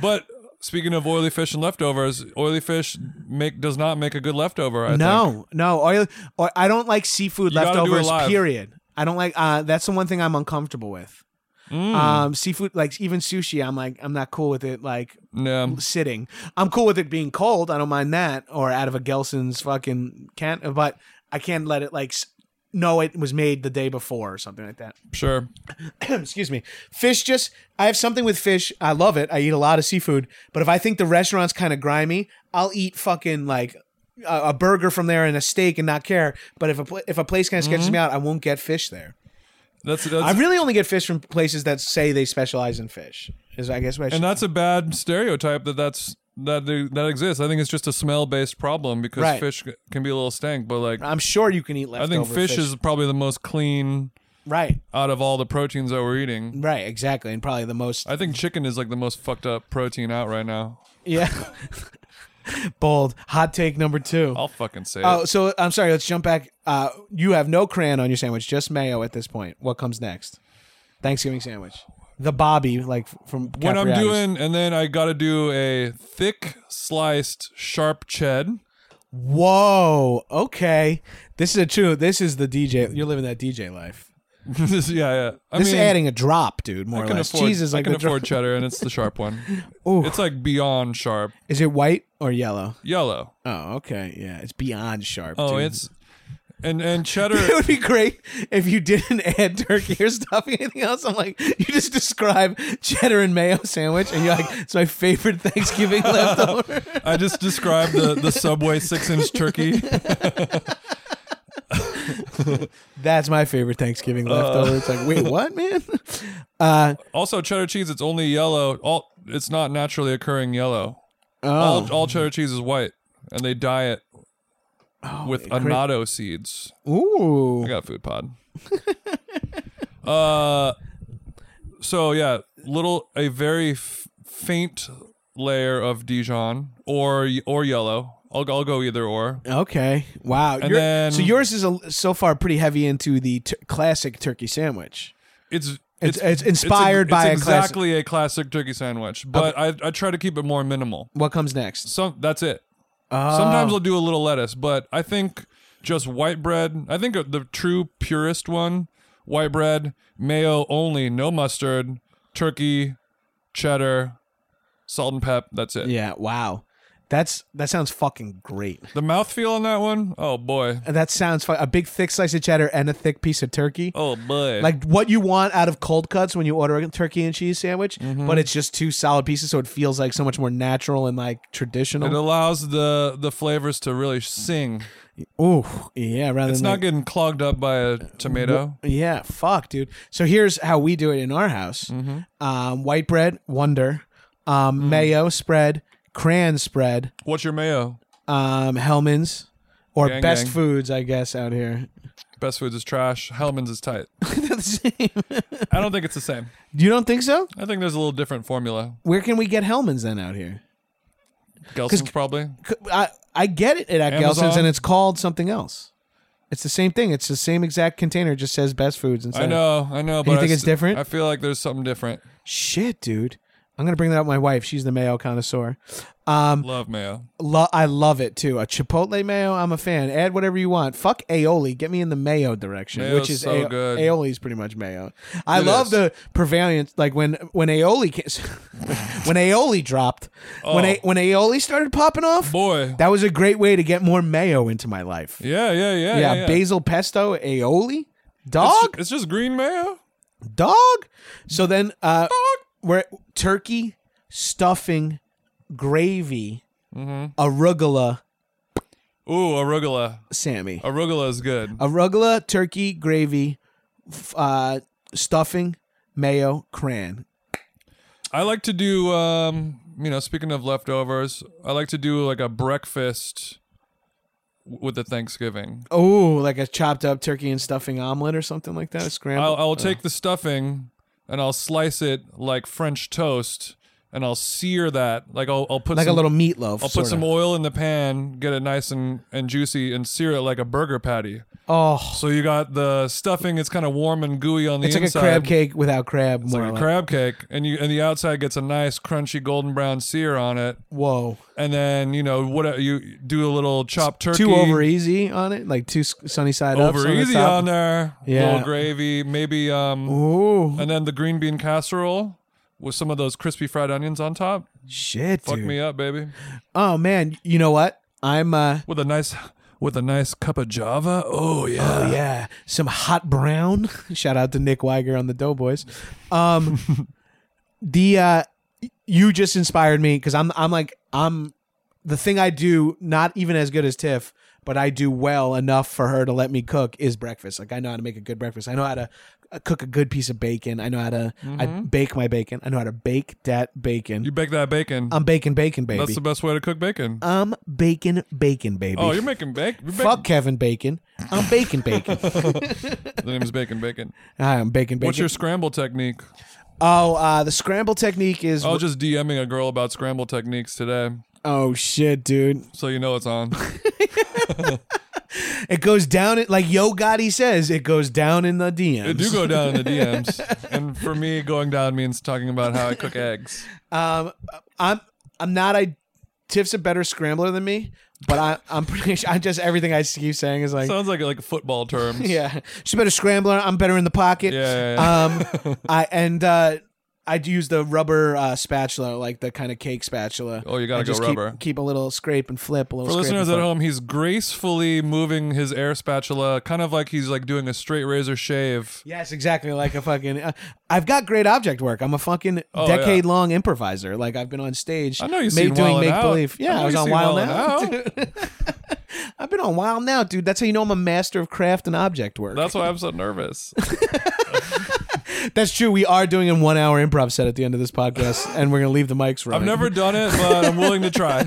C: But speaking of oily fish and leftovers, oily fish make does not make a good leftover. (laughs) I think.
B: no, no oil. Or I don't like seafood
C: You gotta do
B: leftovers.
C: alive.
B: Period. I don't like. Uh, that's the one thing I'm uncomfortable with.
C: Mm.
B: Um, seafood, like even sushi, I'm like I'm not cool with it. Like
C: no.
B: sitting, I'm cool with it being cold. I don't mind that, or out of a Gelson's fucking can. But I can't let it like. s- No, it was made the day before or something like that. (clears throat)
C: Sure.
B: excuse me fish just i have something with fish i love it i eat a lot of seafood but if i think the restaurant's kind of grimy i'll eat fucking like a, a burger from there and a steak and not care but if a pla- if a place kind of
C: Mm-hmm.
B: sketches me out i won't get fish there
C: That's that's
B: i really only get fish from places that say they specialize in fish is i guess what I should
C: and that's a bad stereotype that that's that that exists. I think it's just a smell based problem because
B: Right.
C: fish c- can be a little stank, but like
B: i'm sure you can eat
C: I
B: leftover
C: think fish, is probably the most clean
B: right
C: out of all the proteins that we're eating.
B: right exactly and probably the most
C: I think chicken is like the most fucked up protein out right now.
B: yeah (laughs) bold hot take number two
C: I'll fucking say
B: Oh,
C: it.
B: so I'm sorry. Let's jump back. Uh, you have no crayon on your sandwich, just mayo at this point. What comes next? Thanksgiving sandwich. The Bobby, like f- from
C: When I'm
B: Capriati's.
C: doing, and then I got to do a thick sliced sharp ched. (laughs)
B: Whoa, okay. This is a true. This is the DJ. You're living that DJ life.
C: This- yeah, yeah. I
B: This
C: mean,
B: is adding a drop, dude. More
C: I
B: or
C: can
B: less.
C: afford,
B: Cheese is
C: I
B: like
C: can
B: the drop.
C: afford cheddar, and it's the sharp one.
B: (laughs) Ooh.
C: It's like beyond sharp,
B: Is it white or yellow?
C: yellow.
B: Oh, okay. Yeah, it's beyond sharp.
C: Oh,
B: dude.
C: it's and and cheddar.
B: (laughs) It would be great if you didn't add turkey or stuffing anything else. I'm like, you just describe cheddar and mayo sandwich, and you're like, it's my favorite Thanksgiving
C: (laughs)
B: leftover.
C: I just described the, the Subway six inch turkey.
B: That's my favorite Thanksgiving leftover. it's like, wait, what, man? (laughs) Uh,
C: Also, cheddar cheese. It's only yellow. All it's not naturally occurring yellow.
B: oh,
C: All, all cheddar cheese is white, and they dye it with annatto seeds.
B: ooh,
C: I got a food pod. uh, so yeah, little a very f- faint layer of Dijon or or yellow. I'll I'll go either or.
B: okay, wow.
C: And
B: Your-
C: then-
B: so yours is a, so far pretty heavy into the tur- classic turkey sandwich.
C: It's
B: It's, it's, inspired
C: it's,
B: by
C: it's
B: a classic.
C: exactly a classic turkey sandwich, but I I try to keep it more minimal.
B: What comes next?
C: Some that's it.
B: Oh.
C: Sometimes I'll do a little lettuce, but I think just white bread. I think the true purest one: white bread, mayo only, no mustard, turkey, cheddar, salt and pep. That's it.
B: Yeah, wow. That's that sounds fucking great.
C: The mouthfeel on that one, oh boy,
B: That sounds fun. A big thick slice of cheddar and a thick piece of turkey.
C: oh boy.
B: Like what you want out of cold cuts when you order a turkey and cheese sandwich,
C: Mm-hmm.
B: but it's just two solid pieces, so it feels like so much more natural and like
C: it
B: traditional.
C: allows the the flavors to really sing.
B: Ooh, yeah. Rather
C: It's
B: than
C: not getting clogged up by a tomato.
B: like, yeah, fuck, dude. So here's how we do it in our house:
C: Mm-hmm.
B: um, white bread, wonder,
C: Mm.
B: um, mayo spread, crayon spread,
C: What's your mayo?
B: um, Hellman's, or
C: Gang,
B: Best
C: gang.
B: Foods, I guess, out here.
C: (laughs) Best foods is trash. Hellman's is tight.
B: They're the same.
C: I don't think it's the same.
B: you don't think so?
C: I think there's a little different formula.
B: Where can we get Hellman's then out here?
C: Gelson's probably.
B: C- I, I get it at
C: Amazon?
B: Gelson's and it's called something else. It's the same thing. It's the same exact container. It just says Best Foods instead.
C: I
B: of-
C: know, I know, but I
B: think it's
C: s-
B: different?
C: I feel like there's something different.
B: Shit, dude. I'm gonna bring that up. with My wife. She's the mayo connoisseur. Um,
C: Love mayo.
B: lo- I love it too. A Chipotle mayo. I'm a fan. Add whatever you want. Fuck aioli. Get me in the mayo direction,
C: Mayo's
B: which is
C: so
B: a-
C: good.
B: aioli is pretty much mayo. I
C: It
B: love
C: is.
B: the prevalence. Like when when aioli ca- (laughs) when aioli dropped. When
C: Oh.
B: a- when aioli started popping off.
C: Boy.
B: That was a great way to get more mayo into my life.
C: yeah, yeah, yeah.
B: yeah,
C: yeah.
B: basil pesto aioli
C: It's,
B: dog
C: ju- it's just green mayo.
B: dog so then uh we're turkey
C: Mm-hmm.
B: stuffing gravy arugula
C: Ooh, arugula. Oh.
B: Sammy.
C: Arugula is good.
B: Arugula, turkey, gravy, f- uh, stuffing, mayo, cran.
C: I like to do, um, you know, speaking of leftovers, I like to do like a breakfast w- with the Thanksgiving.
B: Oh, like a chopped up turkey and stuffing omelet or something like that. A
C: I'll,
B: scramble.
C: I'll take the stuffing and I'll slice it like French toast and I'll sear that. Like I'll, I'll put
B: like
C: some,
B: a little meatloaf.
C: I'll put some oil in the pan, get it nice and, and juicy, and sear it like a burger patty.
B: Oh,
C: So you got the stuffing; it's kind of warm and gooey on the
B: it's like
C: inside.
B: a crab cake without crab.
C: It's
B: more
C: like a
B: like.
C: crab cake, and you and the outside gets a nice crunchy golden brown sear on it.
B: Whoa.
C: And then you know what uh, you do a little chopped turkey,
B: Too over easy on it, like too s- sunny side up.
C: over
B: sunny
C: easy
B: top.
C: on there.
B: Yeah.
C: little gravy, maybe um,
B: Ooh,
C: and then the green bean casserole with some of those crispy fried onions on top.
B: shit,
C: Fuck
B: dude.
C: me up, baby,
B: Oh man, you know what? I'm uh
C: with a nice with a nice cup of Java. Oh yeah.
B: oh yeah, some hot brown. (laughs) Shout out to Nick Weiger on the Doughboys.
C: (laughs)
B: Um the uh you just inspired me cuz I'm I'm like I'm the thing I do not even as good as Tiff, but I do well enough for her to let me cook is breakfast. Like I know how to make a good breakfast. I know how to uh, cook a good piece of bacon. I know how to I bake my bacon. I know how to bake that bacon.
C: Mm-hmm. You bake that bacon.
B: I'm baking bacon Um, baby.
C: That's the best way to cook bacon.
B: I'm baking bacon baby.
C: oh, you're making bacon. You're
B: Fuck Kevin Bacon. I'm bacon
C: (laughs)
B: bacon.
C: Bacon. The name is
B: (laughs)
C: bacon bacon.
B: I'm bacon bacon.
C: What's your scramble technique?
B: oh, uh, the scramble technique is.
C: I
B: Oh,
C: was just DMing a girl about scramble techniques today,
B: shit, dude!
C: so you know it's on.
B: It goes down. It like Yo Gotti says, it goes down in the DMs.
C: It do go down in the DMs, and for me, going down means talking about how
B: (laughs)
C: I cook eggs.
B: Um, I'm I'm not. I Tiff's a better scrambler than me, but I I'm pretty. (laughs) sure I just everything I keep saying is like,
C: Sounds like like football terms.
B: yeah, she's a better scrambler. I'm better in the pocket.
C: Yeah, yeah, yeah.
B: Um, I and uh, I'd use the rubber uh, spatula, like the kind of cake spatula.
C: Oh, you gotta
B: And
C: go
B: just keep-
C: rubber.
B: Keep, a little scrape and flip. A little
C: For
B: scrape
C: listeners
B: and
C: at
B: flip.
C: home, he's gracefully moving his air spatula, kind of like he's like doing a straight razor shave.
B: Yes, exactly. Like a fucking. Uh, I've got great object work. I'm a fucking
C: Oh, yeah.
B: decade long improviser. Like I've been on stage.
C: I know you've
B: ma-
C: seen
B: doing
C: Wild 'N
B: make
C: Out.
B: believe.
C: I
B: Yeah,
C: know
B: I, was
C: you've
B: on
C: seen
B: Wild
C: Wild 'N
B: Now.
C: Out.
B: dude. (laughs) I've been on Wild Now, dude. That's how you know I'm a master of craft and object work.
C: That's why I'm so nervous.
B: That's true. We are doing an one hour improv set at the end of this podcast, and we're gonna leave the mics running. (laughs)
C: I've never done it, but I'm willing to try.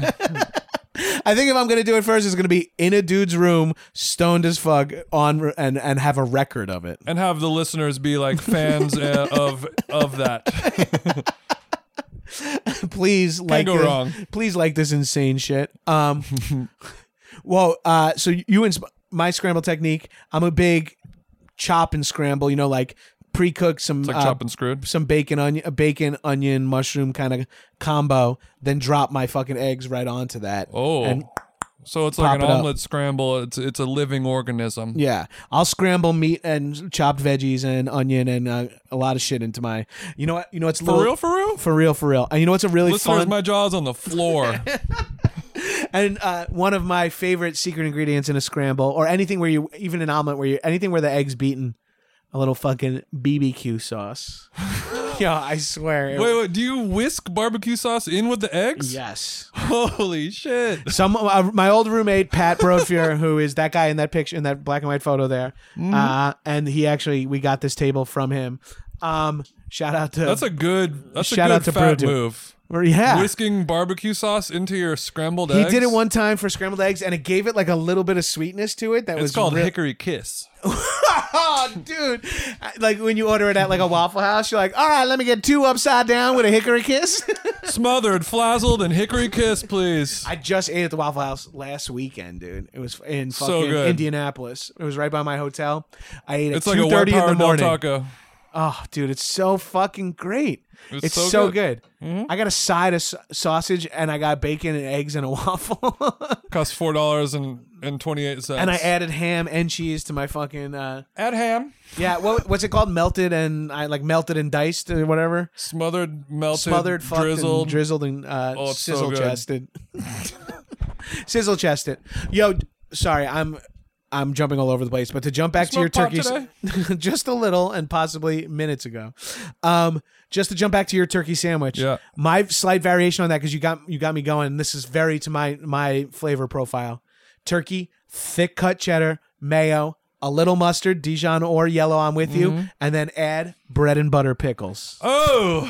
B: I think if I'm gonna do it first, it's gonna be in a dude's room, stoned as fuck, on and and have a record of it.
C: and have the listeners be like fans uh, of of that.
B: please like
C: go
B: this-
C: wrong.
B: Please like this insane shit. Um, (laughs) well, uh, so you and my scramble technique. I'm a big chop and scramble. You know, like pre-cook some
C: Like
B: uh,
C: chop and screwed.
B: some bacon onion, a bacon onion mushroom kind of combo. Then drop my fucking eggs right onto that.
C: Oh,
B: and
C: so it's like
B: pop
C: an
B: it up.
C: omelet scramble. It's it's a living organism.
B: yeah, I'll scramble meat and chopped veggies and onion and uh, a lot of shit into my. You know what? You know what's a
C: For
B: little-
C: real, for real.
B: For real, for real. And you know what's a really
C: Listeners,
B: fun?
C: my jaw's on
B: (laughs)
C: the floor.
B: And uh, one of my favorite secret ingredients in a scramble, or anything where you, even an omelet where you, anything where the egg's beaten, a little fucking BBQ
C: (laughs)
B: sauce. yeah, I swear. it-
C: wait, wait. Do you whisk barbecue sauce in with the eggs?
B: Yes.
C: Holy shit!
B: Some uh, my old roommate Pat Brodfear, who is that guy in that picture in that black and white photo there,
C: Mm-hmm.
B: uh, and he actually we got this table from him. Um, shout out to
C: That's a good. That's
B: Shout
C: a good
B: out to
C: fat
B: Brudu.
C: move.
B: yeah.
C: Whisking barbecue sauce into your scrambled
B: he
C: eggs.
B: did it one time for scrambled eggs, and it gave it like a little bit of sweetness to it. That was
C: It's called
B: real-
C: Hickory Kiss.
B: Oh, (laughs) dude. Like when you order it at like a Waffle House, you're like, all right, let me get two upside down with a hickory kiss. (laughs)
C: Smothered, flazzled, and Hickory Kiss, please.
B: I just ate (laughs) at the Waffle House last weekend, dude. It was in
C: So
B: fucking
C: good.
B: Indianapolis. It was right by my hotel. I ate
C: It's
B: at
C: like a
B: two
C: white
B: thirty in
C: power
B: the
C: no
B: morning.
C: taco.
B: Oh, dude, it's so fucking great. It's,
C: It's
B: so,
C: so Mm-hmm.
B: good. I got a side of s- sausage and I got bacon and eggs and a (laughs) waffle.
C: Costs four dollars and and twenty eight cents.
B: and I added ham and cheese to my fucking uh
C: add ham.
B: yeah, what, what's it called? Melted and I like melted and diced or whatever.
C: smothered, melted,
B: smothered, fucked,
C: drizzled.
B: and drizzled, and uh,
C: Oh, it's so
B: sizzle
C: good.
B: chested. (laughs) sizzle chested. Yo, d- sorry, I'm I'm jumping all over the place, but to jump back
C: smoked
B: to
C: pot
B: your turkey, (laughs) just a little, and possibly minutes ago, um, just to jump back to your turkey sandwich.
C: Yeah.
B: my slight variation on that because you got you got me going. This is very to my my flavor profile. turkey, thick cut cheddar, mayo, a little mustard, Dijon or yellow. I'm with
C: Mm-hmm.
B: you, and then add bread and butter pickles.
C: Oh,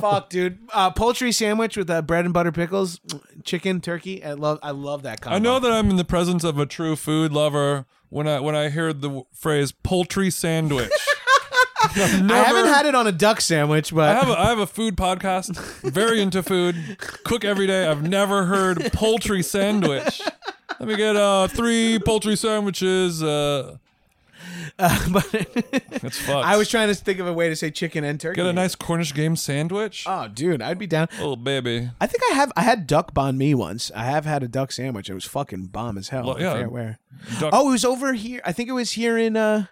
B: Fuck, dude! Uh, poultry sandwich with uh, bread and butter pickles, chicken, turkey. I love, I love that combo.
C: I know that I'm in the presence of a true food lover when I when I heard the w- phrase poultry sandwich. (laughs) I've
B: I haven't
C: never-
B: had it on a duck sandwich, but
C: I have, a, I have a food podcast, very into food, cook every day. I've never heard poultry sandwich. Let me get uh, three poultry sandwiches. Uh,
B: Uh, (laughs) but
C: that's fucked.
B: I was trying to think of a way to say chicken and turkey.
C: get a nice Cornish game sandwich.
B: Oh, dude, I'd be down.
C: oh baby,
B: I think I have. I had duck banh mi once. I have had a duck sandwich. It was fucking bomb as hell.
C: Well,
B: I
C: yeah.
B: forget where.
C: Duck-
B: Oh, it was over here. I think it was here in. uh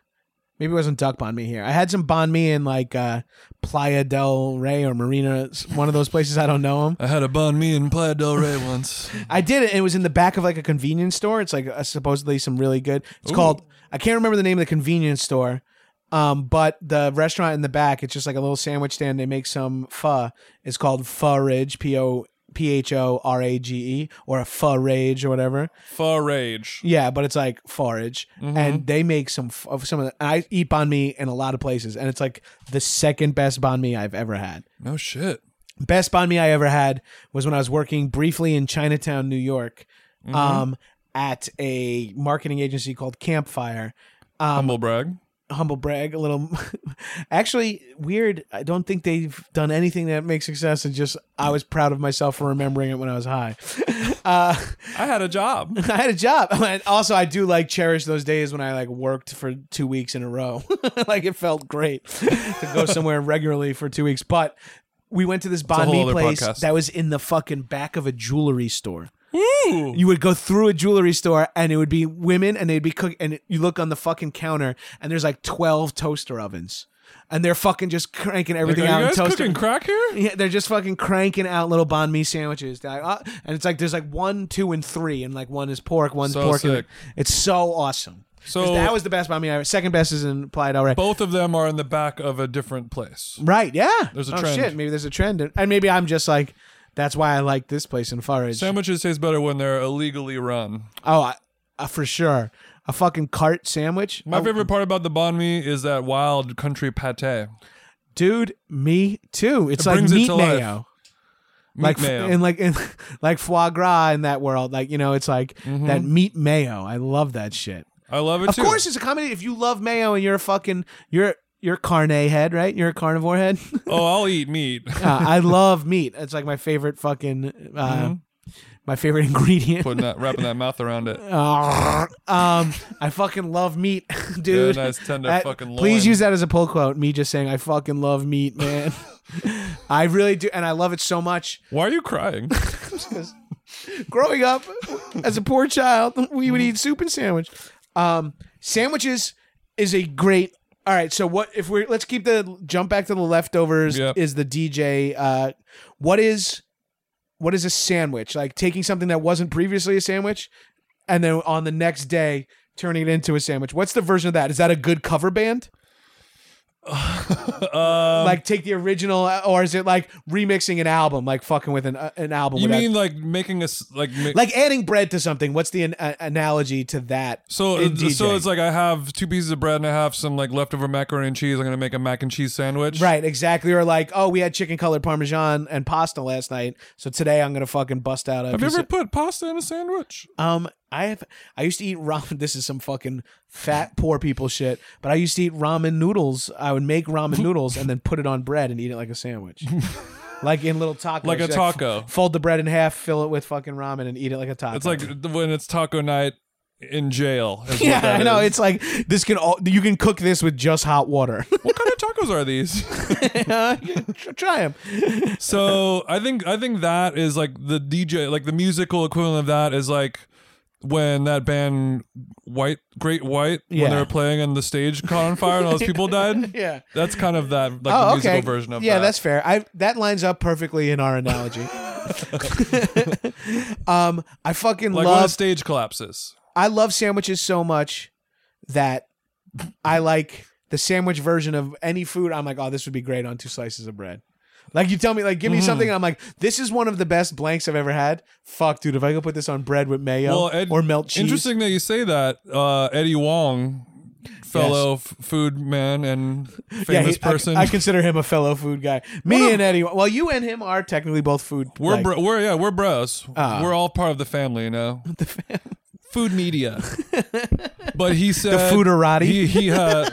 B: Maybe it wasn't duck banh mi here. I had some banh mi in like uh Playa del Rey or Marina, s- one of those places. I don't know them.
C: I had a bun me and Playa del Rey once.
B: I did it, and it was in the back of like a convenience store. It's like uh, supposedly some really good. It's called. I can't remember the name of the convenience store. Um, but the restaurant in the back, it's just like a little sandwich stand. They make some pho. It's called pho ridge, p o p h o r a g e, or a pho rage or whatever.
C: Far rage.
B: Yeah, but it's like forage, and they make some f- of some of. The, I eat banh mi in a lot of places, and it's like the second best banh mi I've ever had.
C: No shit.
B: Best banh mi I ever had was when I was working briefly in Chinatown, New York, um, at a marketing agency called Campfire. Um,
C: Humble brag.
B: Humble brag, a little. (laughs) Actually, weird. I don't think they've done anything that makes success, and just I was proud of myself for remembering it when I was high. uh,
C: I had
B: (laughs)
C: a job.
B: I had a job. And also, I do like cherish those days when I like worked for two weeks in a row. (laughs) like it felt great to
C: (laughs)
B: go somewhere regularly for two weeks. But we went to this banh
C: whole
B: mi
C: other
B: place
C: podcast.
B: that was in the fucking back of a jewelry store.
C: Ooh.
B: You would go through a jewelry store and it would be women and they'd be cook and you look on the fucking counter and there's like twelve toaster ovens and they're fucking just cranking
C: Like, are
B: everything
C: you
B: out and
C: guys
B: toasting.
C: cooking crack here?
B: Yeah, they're just fucking cranking out little banh mi sandwiches. They're like, "Ah," and it's like there's like one, two, and three, and like one is pork, one's
C: So
B: pork. and-
C: sick.
B: it's so awesome. 'Cause
C: So-
B: that was the best banh mi. I ever. Second best is in Playa del Rey.
C: Both of them are in the back of a different place.
B: right? Yeah.
C: There's a
B: oh,
C: trend.
B: Shit, maybe there's a trend, and maybe I'm just like, that's why I like this place in Far Ridge.
C: Sandwiches taste better when they're illegally run.
B: oh, I, uh, for sure, a fucking cart sandwich.
C: My
B: Oh,
C: favorite part about the banh mi is that wild country pate.
B: dude, me too. It's
C: It
B: like
C: brings it
B: meat
C: to life.
B: mayo.
C: Meat
B: like
C: mayo.
B: and like in (laughs) like foie gras in that world like you know it's like
C: Mm-hmm.
B: that meat mayo i love that shit
C: I love it
B: Of
C: too.
B: course, it's a comedy. If you love mayo and you're a fucking you're you're a carne head, right? You're a carnivore
C: (laughs)
B: head.
C: Oh, I'll eat meat. (laughs)
B: Uh, I love meat. It's like my favorite fucking uh,
C: Mm-hmm.
B: my favorite (laughs) ingredient.
C: Putting that wrapping that mouth around it.
B: Ah, um, I fucking love meat, (laughs) dude.
C: Get a nice tender
B: That-
C: fucking
B: please
C: loin.
B: use that as a pull quote. Me just saying I fucking love meat,
C: (laughs)
B: man. I really do, and I love it so much.
C: Why are
B: (laughs)
C: you crying?
B: growing up as a poor child, we would
C: Mm-hmm.
B: eat soup and sandwich. Um, sandwiches is a great. All right, so what if we're let's keep the jump back to the leftovers
C: Yep.
B: is the DJ. Uh, what is what is a sandwich like? Taking something that wasn't previously a sandwich, and then on the next day turning it into a sandwich. What's the version of that? Is that a good cover band?
C: Um,
B: like take the original, or is it like remixing an album, like fucking with an uh, an album?
C: you
B: without-
C: mean like making a s- like ma-
B: like adding bread to something what's the an- a- analogy to that
C: so
B: in DJ?
C: so it's like I have two pieces of bread and I have some like leftover macaroni and cheese. I'm gonna make a mac and cheese sandwich.
B: right exactly or like oh we had chicken colored parmesan and pasta last night so today i'm gonna fucking bust out a
C: Have you
B: piece
C: ever
B: of-
C: put pasta in a sandwich?
B: um i have i used to eat ramen (laughs) this is some fucking fat poor people shit but i used to eat ramen noodles i would make
C: (laughs)
B: ramen noodles and then put it on bread and eat it like a sandwich like in little tacos
C: Like a
B: You, f-
C: taco.
B: fold the bread in half fill it with fucking ramen and eat it like a taco
C: It's like th- when it's taco night in jail. is
B: (laughs)
C: what
B: yeah,
C: that
B: I know.
C: is.
B: It's like this can all you can cook this with just hot water. (laughs)
C: what kind of tacos are these? (laughs)
B: Try them.
C: so I think I think that is like the DJ, like the musical equivalent of that is like when that band White Great White
B: Yeah.
C: when they were playing and the stage caught on fire and all those people
B: (laughs)
C: died.
B: Yeah.
C: That's kind of that like the
B: Oh, okay.
C: musical version of
B: yeah,
C: that.
B: that's fair. I that lines up perfectly in our
C: (laughs)
B: analogy. (laughs) um, I fucking
C: like when a
B: love
C: stage collapses.
B: I love sandwiches so much that I like the sandwich version of any food. I'm like, oh, this would be great on two slices of bread. Like you tell me, like give
C: Mm-hmm.
B: me something, and I'm like, this is one of the best blanks I've ever had. Fuck, dude, if I could put this on bread with mayo
C: Well, Ed-
B: or melt cheese,
C: Interesting that you say that. Uh, Eddie Wong, fellow f- food man and famous
B: Yeah, he- I-
C: person.
B: I, consider him a fellow food guy. Me and Eddie, well, you and him are technically both food.
C: we're
B: like, Ah.
C: bro- we're yeah we're bros. we're all part of the family,
B: (laughs)
C: you know. The food media. but he said
B: fooderati.
C: He he. Uh,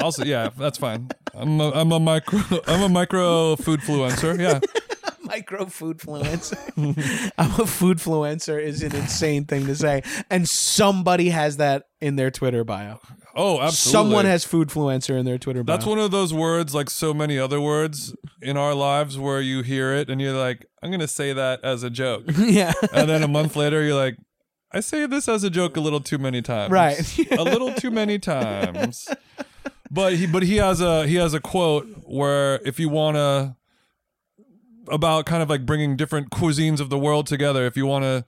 C: also, yeah, that's fine. I'm a, I'm a micro I'm a micro food fluencer. Yeah.
B: (laughs) micro food fluencer. (laughs) I'm a food fluencer is an insane thing to say, and somebody has that in their Twitter bio.
C: Oh, absolutely.
B: Someone has food fluencer in their Twitter bio.
C: That's one of those words, like so many other words in our lives, where you hear it and you're like, I'm going to say that as a joke.
B: (laughs) yeah.
C: and then a month later, you're like, I say this as a joke a little too many times.
B: Right.
C: a little too many times. But he but he has a he has a quote where if you want to about kind of like bringing different cuisines of the world together, if you want to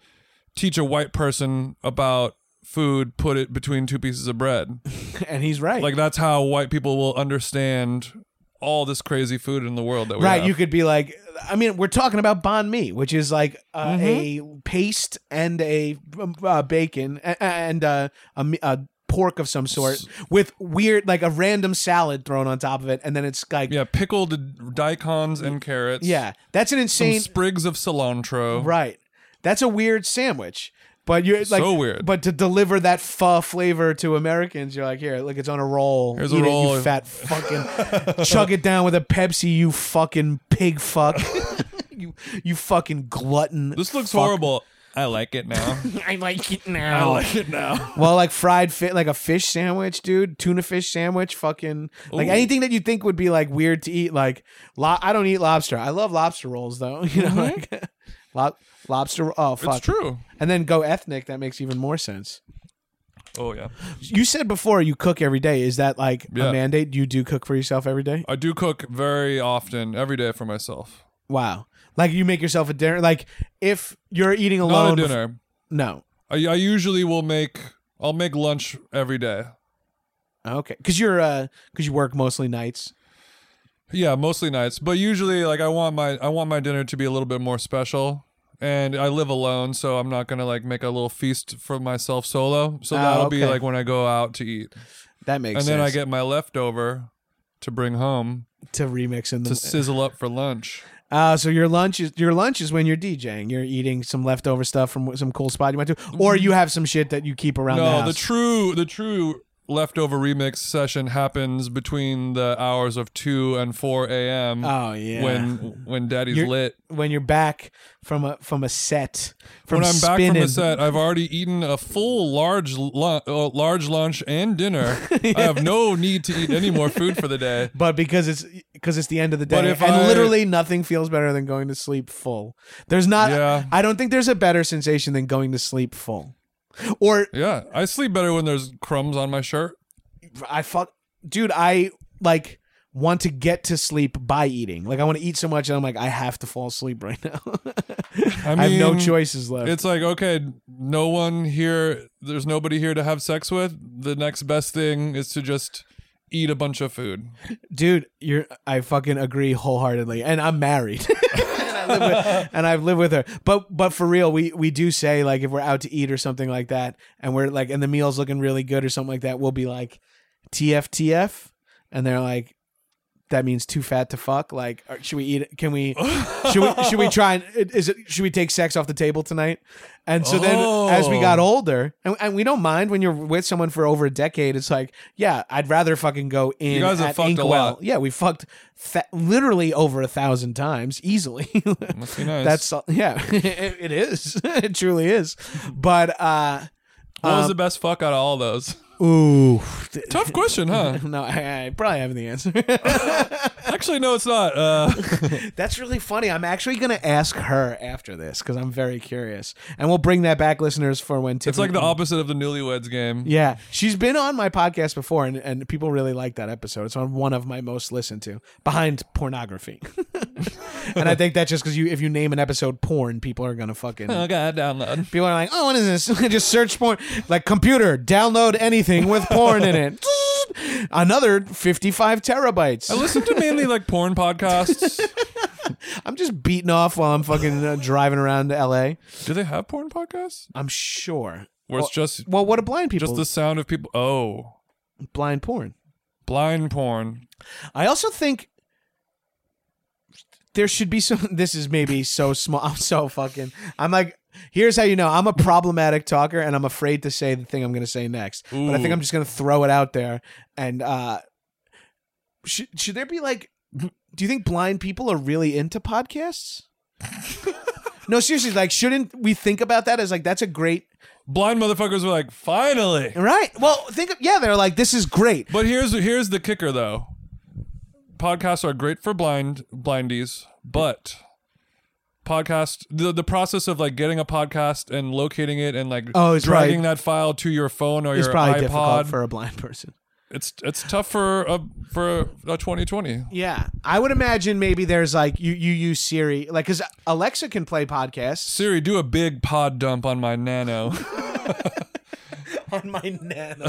C: teach a white person about food, put it between two pieces of bread.
B: and he's right.
C: Like that's how white people will understand all this crazy food in the world that we
B: right,
C: have.
B: you could be like, I mean, we're talking about banh mi, which is like uh, a paste and a um, uh, bacon a- and uh, a, mi- a pork of some sort with weird, like a random salad thrown on top of it, and then it's like, yeah,
C: yeah, pickled daikons and carrots.
B: that's an
C: Some
B: insane,
C: sprigs of cilantro.
B: right? That's a weird sandwich. But you're like
C: So weird.
B: But to deliver that pho flavor to Americans, you're like, here, look, it's on a roll.
C: Here's a
B: Eat it,
C: roll."
B: you fat fucking. (laughs) chug it down with a Pepsi, you fucking pig fuck. (laughs) you you fucking glutton.
C: This looks
B: fuck.
C: horrible. I like it now.
B: I like it now.
C: it now.
B: well, like fried fit, like a fish sandwich, dude. Tuna fish sandwich, fucking like
C: Ooh.
B: anything that you think would be like weird to eat. Like, lo- I don't eat lobster. I love lobster rolls though. (laughs) You know, like lo- lobster. Oh (laughs) fuck,
C: Mm-hmm. It's true.
B: And then go ethnic. That makes even more sense.
C: Oh yeah.
B: You said before you cook every day. Is that like
C: Yeah.
B: a mandate? You do cook for yourself every day?
C: I do cook very often, every day for myself.
B: Wow. Like you make yourself a dinner. Like if you're eating
C: Not a
B: alone.
C: dinner.
B: No.
C: I, I usually will make. I'll make lunch every day.
B: Okay. Because you're uh because you work mostly nights.
C: Yeah, mostly nights, but usually like I want my I want my dinner to be a little bit more special. And I live alone, so I'm not gonna like make a little feast for myself solo. So
B: Oh,
C: that'll be
B: okay.
C: like when I go out to eat,
B: That makes
C: and
B: sense.
C: then I get my leftover to bring home
B: to remix in
C: to
B: the
C: sizzle up for lunch.
B: uh, so your lunch is your lunch is when you're DJing. You're eating some leftover stuff from some cool spot you went to, or you have some shit that you keep around the
C: No,
B: house.
C: the true the true leftover remix session happens between the hours of two and four a.m.
B: oh yeah.
C: when when Daddy's
B: You're-
C: lit.
B: when you're back from a from a set from
C: When I'm back from
B: spinning.
C: the set, I've already eaten a full large lu- uh, large lunch
B: (laughs)
C: and dinner. I have no need to eat any more food for the day.
B: But because it's because it's the end of the day,
C: But if
B: and
C: I-
B: literally nothing feels better than going to sleep full. There's not.
C: Yeah.
B: I don't think there's a better sensation than going to sleep full. Or
C: Yeah, I sleep better when there's crumbs on my shirt.
B: I fuck, dude. I like want to get to sleep by eating. Like I want to eat so much, and I'm like I have to fall asleep right now. (laughs)
C: I,
B: I have no
C: mean,
B: choices left.
C: It's like okay, no one here. There's nobody here to have sex with. The next best thing is to just eat a bunch of food.
B: dude you're i fucking agree wholeheartedly and i'm married (laughs) and, I live with, and i've lived with her but but for real we we do say like if we're out to eat or something like that and we're like and the meal's looking really good or something like that we'll be like tftf and they're like that means too fat to fuck like or should we eat it? can we should we should we try and it- is it should we take sex off the table tonight and so
C: Oh.
B: then as we got older and, and we don't mind when you're with someone for over a decade it's like yeah i'd rather fucking go in
C: guys have
B: at
C: fucked a
B: Inkwell.
C: lot.
B: yeah we fucked th- literally over a thousand times easily (laughs)
C: Must be nice.
B: that's yeah (laughs) it, it is (laughs) it truly is but uh
C: What was the best fuck out of all those? (laughs)
B: ooh
C: Tough question, huh?
B: no I, I probably have the answer (laughs)
C: Actually, no, it's not. Uh,
B: That's really funny. I'm actually going to ask her after this because I'm very curious, and we'll bring that back, listeners, for when Tiffany.
C: it's like the opposite of the Newlyweds game.
B: yeah, she's been on my podcast before, and, and people really like that episode. It's on one of my most listened to, behind pornography. (laughs) and I think that's just because you, if you name an episode porn, people are gonna fucking.
C: Oh god, download.
B: People are like, oh, what is this? (laughs) just search porn. Like, computer, download anything with porn in it. (laughs) Another 55 terabytes. (laughs)
C: I listen to mainly like porn podcasts.
B: I'm just beating off while I'm fucking uh, driving around to LA.
C: Do they have porn podcasts?
B: I'm sure.
C: Where it's just
B: Well, what do blind people?
C: just the sound of people. Oh,
B: blind porn.
C: blind porn.
B: I also think there should be some. (laughs) This is maybe so small. (laughs) I'm so fucking. I'm like, here's how you know I'm a problematic talker, and I'm afraid to say the thing I'm going to say next. But I think
C: Ooh.
B: I'm just going to throw it out there. And uh, should should there be like? Do you think blind people are really into podcasts? (laughs) no, seriously. Like, shouldn't we think about that as like that's a great
C: Blind motherfuckers were like, finally.
B: right? Well, think of yeah. They're like, this is great.
C: But here's here's the kicker though. Podcasts are great for blind blindies, but podcast the the process of like getting a podcast and locating it and like
B: Oh, it's
C: dragging that file to your phone or
B: It's
C: your
B: probably
C: iPod.
B: difficult for a blind person.
C: it's it's tough for a for a 2020.
B: Yeah, I would imagine maybe there's like you you use Siri like because Alexa can play podcasts
C: Siri, do a big pod dump on my nano. (laughs)
B: on my Nano.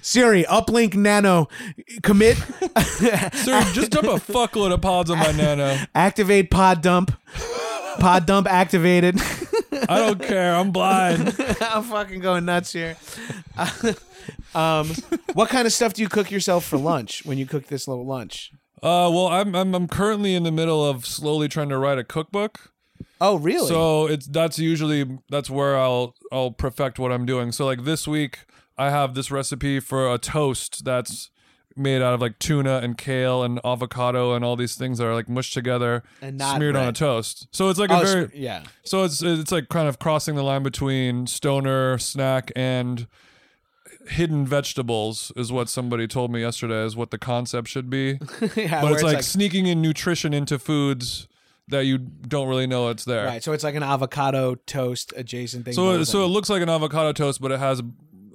B: Siri, uplink Nano, (laughs) commit,
C: Siri, just dump a fuckload of pods on my nano.
B: activate pod dump, pod dump activated.
C: I don't care. I'm blind.
B: (laughs) I'm fucking going nuts here. (laughs) um, what kind of stuff do you cook yourself for lunch when you cook this little lunch?
C: Uh, well, I'm, I'm I'm currently in the middle of slowly trying to write a cookbook.
B: Oh, really?
C: So it's that's usually that's where I'll I'll perfect what I'm doing. So like this week I have this recipe for a toast that's made out of like tuna and kale and avocado and all these things that are like mushed together
B: And not
C: smeared on a
B: bread.
C: toast. So it's like
B: Oh,
C: a
B: s-
C: very (laughs)
B: yeah.
C: so it's it's like kind of crossing the line between stoner snack and hidden vegetables is what somebody told me yesterday is what the concept should
B: (laughs)
C: be.
B: yeah,
C: but
B: where
C: it's like, sneaking in nutrition into foods that you don't really know it's there.
B: right. So it's like an avocado toast adjacent thing.
C: So
B: rolls
C: so it
B: on it.
C: looks like an avocado toast, but it has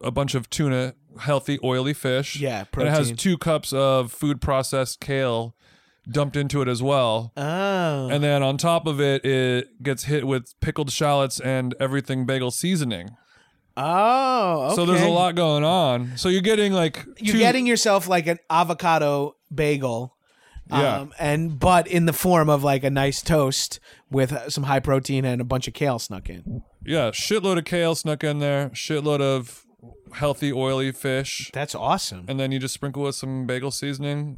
C: a bunch of tuna, healthy, oily fish.
B: Yeah,
C: And it has
B: protein.
C: two cups of food processed kale dumped into it as well.
B: oh,
C: And then on top of it, it gets hit with pickled shallots and everything bagel seasoning.
B: oh,
C: So there's a
B: okay.
C: lot going on. So you're getting like
B: you're
C: two-
B: getting yourself like an avocado bagel
C: Yeah.
B: um, and but in the form of like a nice toast with uh, some high protein and a bunch of kale snuck in
C: yeah shitload of kale snuck in there, shitload of healthy, oily fish,
B: that's awesome
C: and then you just sprinkle with some bagel seasoning.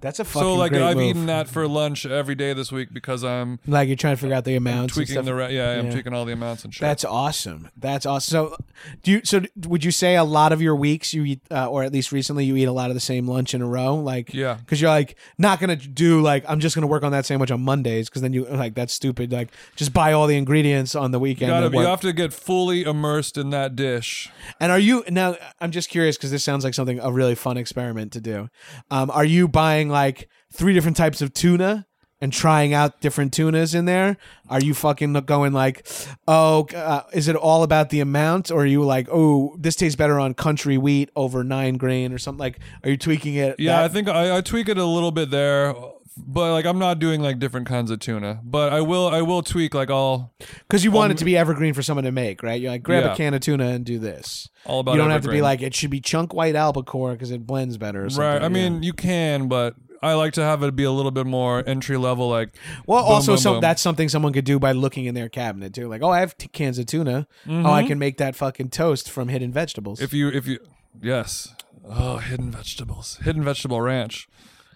B: that's a fucking
C: So like
B: great
C: I've
B: move.
C: eaten that for lunch every day this week because I'm
B: like you're trying to figure out the amounts and
C: tweaking
B: stuff.
C: the re- yeah, I'm
B: Yeah.
C: tweaking all the amounts and shit.
B: that's awesome that's awesome so do you so would you say a lot of your weeks you eat uh, or at least recently you eat a lot of the same lunch in a row like
C: Yeah.
B: because you're like not gonna do like i'm just gonna work on that sandwich on mondays because then you like that's stupid like just buy all the ingredients on the
C: you,
B: weekend
C: gotta,
B: and
C: you
B: work-
C: have to get fully immersed in that dish.
B: And are you now? I'm just curious because this sounds like something a really fun experiment to do. Um, are you buying like three different types of tuna and trying out different tunas in there? Are you fucking going like, oh, uh, is it all about the amount, or are you like, oh, this tastes better on country wheat over nine grain or something? Like, are you tweaking it?
C: Yeah, I
B: that-
C: think I, I tweak it a little bit there, but like I'm not doing like different kinds of tuna. But I will I will tweak like all
B: Because you want it to be evergreen for someone to make, right? You're like, grab
C: Yeah.
B: a can of tuna and do this.
C: all about.
B: you don't have to be
C: evergreen.
B: like, it should be chunk white albacore because it blends better. Or something.
C: right. I
B: Yeah.
C: mean, you can, but I like to have it be a little bit more entry level. Like
B: Well,
C: boom,
B: also,
C: boom,
B: so
C: boom.
B: that's something someone could do by looking in their cabinet too. Like, oh, I have t- cans of tuna. Oh, I can make that fucking toast from hidden vegetables.
C: Mm-hmm. if you if you yes, oh hidden vegetables, hidden vegetable ranch.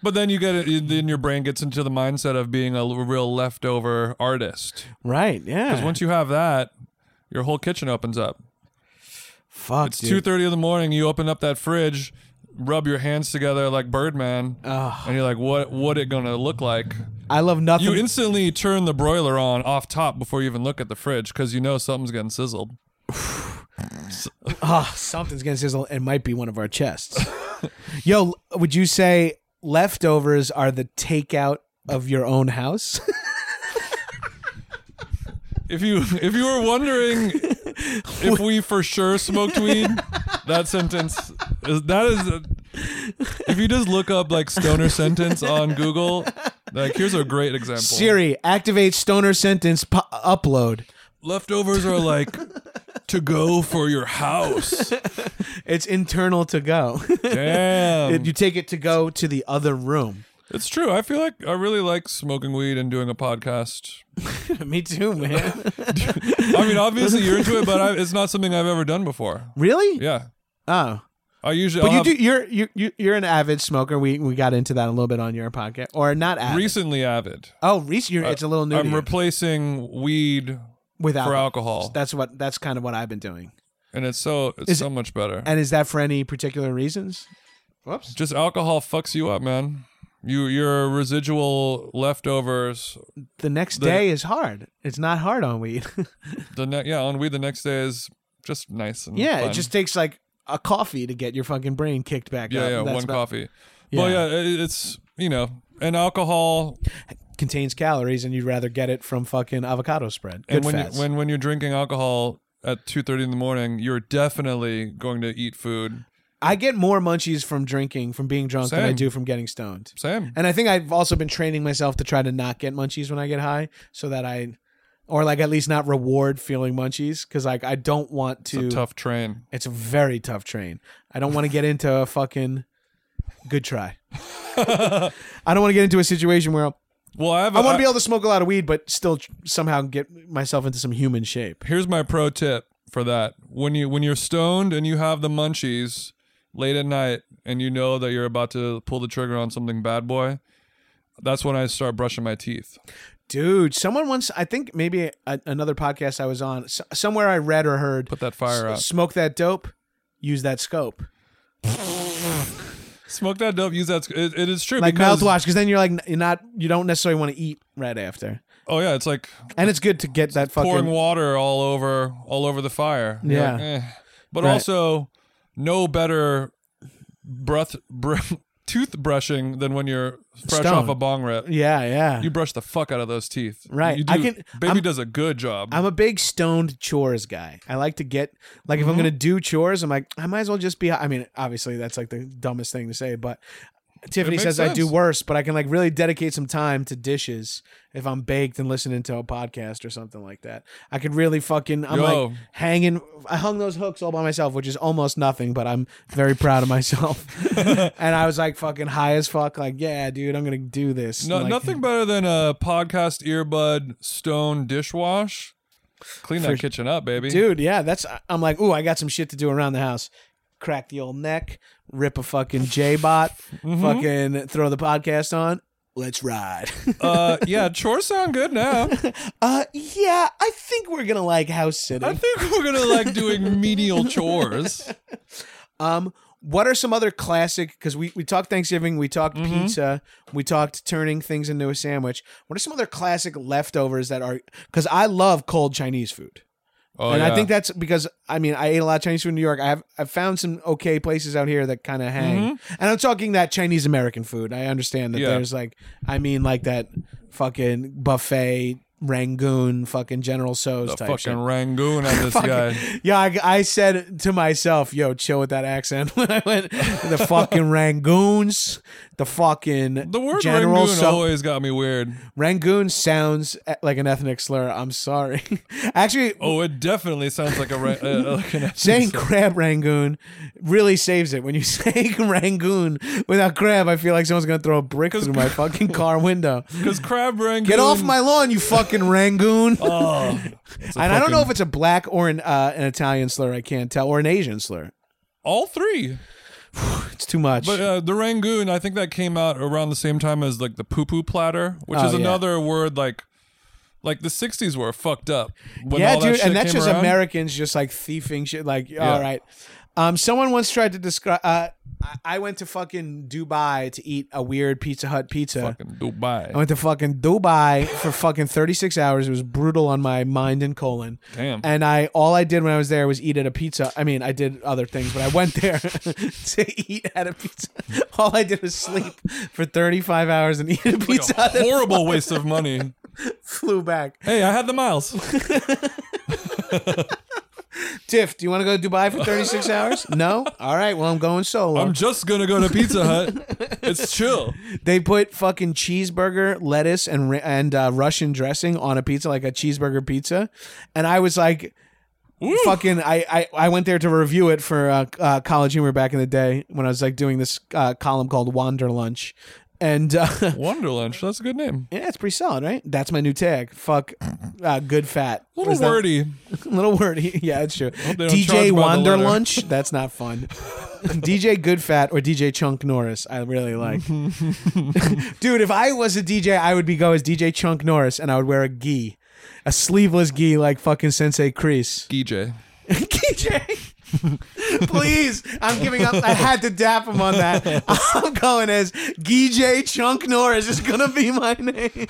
C: But then you get it. Then your brain gets into the mindset of being a l- real leftover artist.
B: right?
C: Because
B: Yeah.
C: once you have that, your whole kitchen opens up.
B: Fuck,
C: It's two
B: dude.
C: thirty in the morning. You open up that fridge, rub your hands together like Birdman, and you're like, "What? What it gonna look like?"
B: I love nothing.
C: You instantly turn the broiler on off top before you even look at the fridge because you know something's getting sizzled.
B: Ah, something's gonna sizzle. It might be one of our
C: (laughs)
B: chests. Yo, would you say leftovers are the takeout of your own house? (laughs)
C: If you (laughs) if you
B: (laughs)
C: were wondering if we for sure smoked weed, that sentence is that is. A, if you just look up like stoner sentence on Google, like here's a great example.
B: Siri, activate stoner sentence pu- upload.
C: leftovers are
B: (laughs)
C: like to go for your house.
B: It's internal to go. (laughs)
C: Damn. Um, (laughs)
B: you take it to go to the other room.
C: It's true. I feel like I really like smoking weed and doing a podcast.
B: Me too, man.
C: I
B: (laughs)
C: mean, obviously you're into it, but I, it's not something I've ever done before.
B: really?
C: Yeah,
B: Oh,
C: I usually.
B: but
C: I'll
B: you
C: have-
B: do. You're you you- you're an avid smoker. We we got into that a little bit on your podcast, or not avid.
C: recently avid.
B: oh, Reese, you're, it's a little new. to
C: uh, I'm
B: you.
C: replacing weed
B: with
C: for
B: alcohol.
C: alcohol,
B: That's what that's kind of what I've been doing.
C: and it's so it's
B: Is
C: so much better.
B: And is that for any particular reasons? Whoops.
C: Just alcohol fucks you up, man. You your residual leftovers.
B: The next
C: The- Mm,
B: day is hard. It's not hard on weed. (laughs)
C: The ne- yeah on weed the next day is just nice and
B: yeah,
C: fun.
B: it just takes like a coffee to get your fucking brain kicked back
C: yeah
B: up.
C: yeah
B: That's
C: one
B: about-
C: coffee.
B: Yeah.
C: Well yeah, it- it's you know and alcohol
B: Contains calories, and you'd rather get it from fucking avocado spread. Good
C: and when you,
B: fats.
C: when when you're drinking alcohol at two thirty in the morning, you're definitely going to eat food.
B: I get more munchies from drinking, from being drunk, than I
C: Same.
B: do from getting stoned.
C: Same.
B: And I think I've also been training myself to try to not get munchies when I get high, so that I, or like at least not reward feeling munchies, because like I don't want to.
C: It's a tough train.
B: It's a very tough train. I don't want to get into a fucking good
C: (laughs)
B: try. I don't want to get into a situation where I'll-
C: Well, I have.
B: I want to be able to smoke a lot of weed, but still tr- somehow get myself into some human shape.
C: here's my pro tip for that when you when you're stoned and you have the munchies late at night and you know that you're about to pull the trigger on something bad boy that's when i start brushing my teeth
B: Dude, someone once, I think maybe a, another podcast I was on, s- somewhere I read or heard,
C: put that fire out
B: smoke that dope, use that scope.
C: smoke that dope use that sc- it, it is true
B: Like
C: because
B: mouthwash, because then you're like, n- you're not, you don't necessarily want to eat right after.
C: oh yeah it's like
B: And it's good to get that
C: pouring
B: fucking.
C: water all over all over the fire You're
B: Yeah.
C: like, eh. but
B: Right.
C: also no better breath (laughs) br- tooth brushing than when you're fresh
B: Stoned.
C: off a bong rip
B: Yeah, yeah.
C: you brush the fuck out of those teeth
B: Right.
C: you
B: I can-
C: baby
B: I'm-
C: does a good job
B: I'm a big stoned chores guy. I like to get like
C: Mm-hmm.
B: if I'm gonna do chores, I'm like I might as well just be. I mean, obviously that's like the dumbest thing to say, but Tiffany
C: makes
B: says I do
C: sense.
B: worse, but I can like really dedicate some time to dishes if I'm baked and listening to a podcast or something like that. I could really fucking. I'm
C: Yo.
B: like hanging. I hung those hooks all by myself, which is almost nothing, but I'm very proud of
C: (laughs)
B: myself. and I was like fucking high as fuck. Like yeah, dude, I'm gonna do this.
C: No,
B: Like,
C: nothing better than a podcast earbud stone dishwash. Clean that
B: For-
C: kitchen up, baby.
B: dude yeah that's i'm like ooh i got some shit to do around the house crack the old neck rip a fucking j-bot fucking throw the podcast on let's ride (laughs)
C: Uh, yeah, chores sound good now.
B: uh yeah i think we're gonna like house
C: I
B: sitting
C: think we're gonna like doing menial chores.
B: um what are some other classic because we, we talked thanksgiving we talked pizza we talked turning things into a sandwich what are some other classic leftovers that are because i love cold chinese food
C: Oh,
B: (laughs) and
C: yeah.
B: I think that's because I mean I ate a lot of Chinese food in New York. I've I've found some okay places out here that kind of hang. And I'm talking that Chinese American food. I understand that
C: Mm-hmm. Yeah.
B: there's like I mean like that fucking buffet Rangoon fucking General So's
C: the
B: type
C: fucking
B: shit. (laughs)
C: Rangoon on this guy.
B: Yeah, I, I said to myself, "Yo, chill with that accent." (laughs) when I went, the fucking Rangoons, the fucking
C: (laughs) The word
B: General
C: Rangoon
B: So-
C: always got me weird.
B: Rangoon sounds eh, like an ethnic slur. I'm sorry. (laughs) Actually,
C: Oh, it definitely sounds like a ra- uh, uh,
B: (laughs)
C: like an
B: Saying crab Rangoon really saves it. When you (laughs) say Rangoon without crab, I feel like someone's gonna throw a brick through
C: (laughs)
B: my fucking car window.
C: because crab Rangoon.
B: Get off my lawn, you fucking Rangoon!
C: (laughs) Oh, it's
B: (laughs)
C: a
B: and I don't know if
C: fucking-
B: it's a black or an uh, an Italian slur. I can't tell, or an Asian slur.
C: all three.
B: It's too much.
C: But uh, the Rangoon, I think that came out around the same time as like the poo poo platter, which
B: Oh,
C: is
B: yeah.
C: another word like like the '60s were fucked up. When
B: yeah,
C: all that
B: dude,
C: shit
B: and that's
C: came
B: just
C: around.
B: Americans just like thieving shit. Like, all right, um, someone once tried to describe. Uh, I- I went to fucking Dubai to eat a weird Pizza Hut pizza.
C: Fucking Dubai.
B: I went to fucking Dubai for fucking 36 hours. It was brutal on my mind and colon.
C: Damn.
B: And I all I did when I was there was eat at a pizza. I mean, I did other things, but I went there (laughs) to eat at a pizza. (laughs) All I did was sleep for 35 hours and eat at a
C: Like
B: pizza
C: a
B: and (laughs) then
C: horrible waste of money.
B: flew back.
C: Hey, I had
B: (laughs)
C: the miles.
B: Tiff, do you want to go to Dubai for 36 hours? No? All right, well, I'm going solo.
C: I'm just gonna go to Pizza Hut. It's
B: (laughs)
C: chill.
B: They put fucking cheeseburger, lettuce, and ra- and uh, Russian dressing on a pizza, like a cheeseburger pizza. And I was like,
C: Ooh.
B: fucking, I, I I went there to review it for uh, uh, College Humor back in the day when I was like doing this uh, column called Wander Lunch. And uh, (laughs)
C: Wonder Lunch. That's a good name.
B: yeah, it's pretty solid, right? That's my new tag. Fuck, uh, good fat.
C: A little
B: Was that-
C: wordy.
B: (laughs) little wordy. Yeah, it's true.
C: don't
B: DJ
C: charge by the
B: Wander
C: letter.
B: Lunch. That's not fun.
C: (laughs)
B: DJ Good Fat or DJ Chunk Norris. I really like.
C: (laughs)
B: Dude, if I was a DJ, I would be go as DJ Chunk Norris, and I would wear a gi, a sleeveless gi like fucking Sensei Crease.
C: DJ.
B: DJ. Please, I'm giving up. I had to dap him on that. I'm going as GJ Chunk Norris is gonna be my name.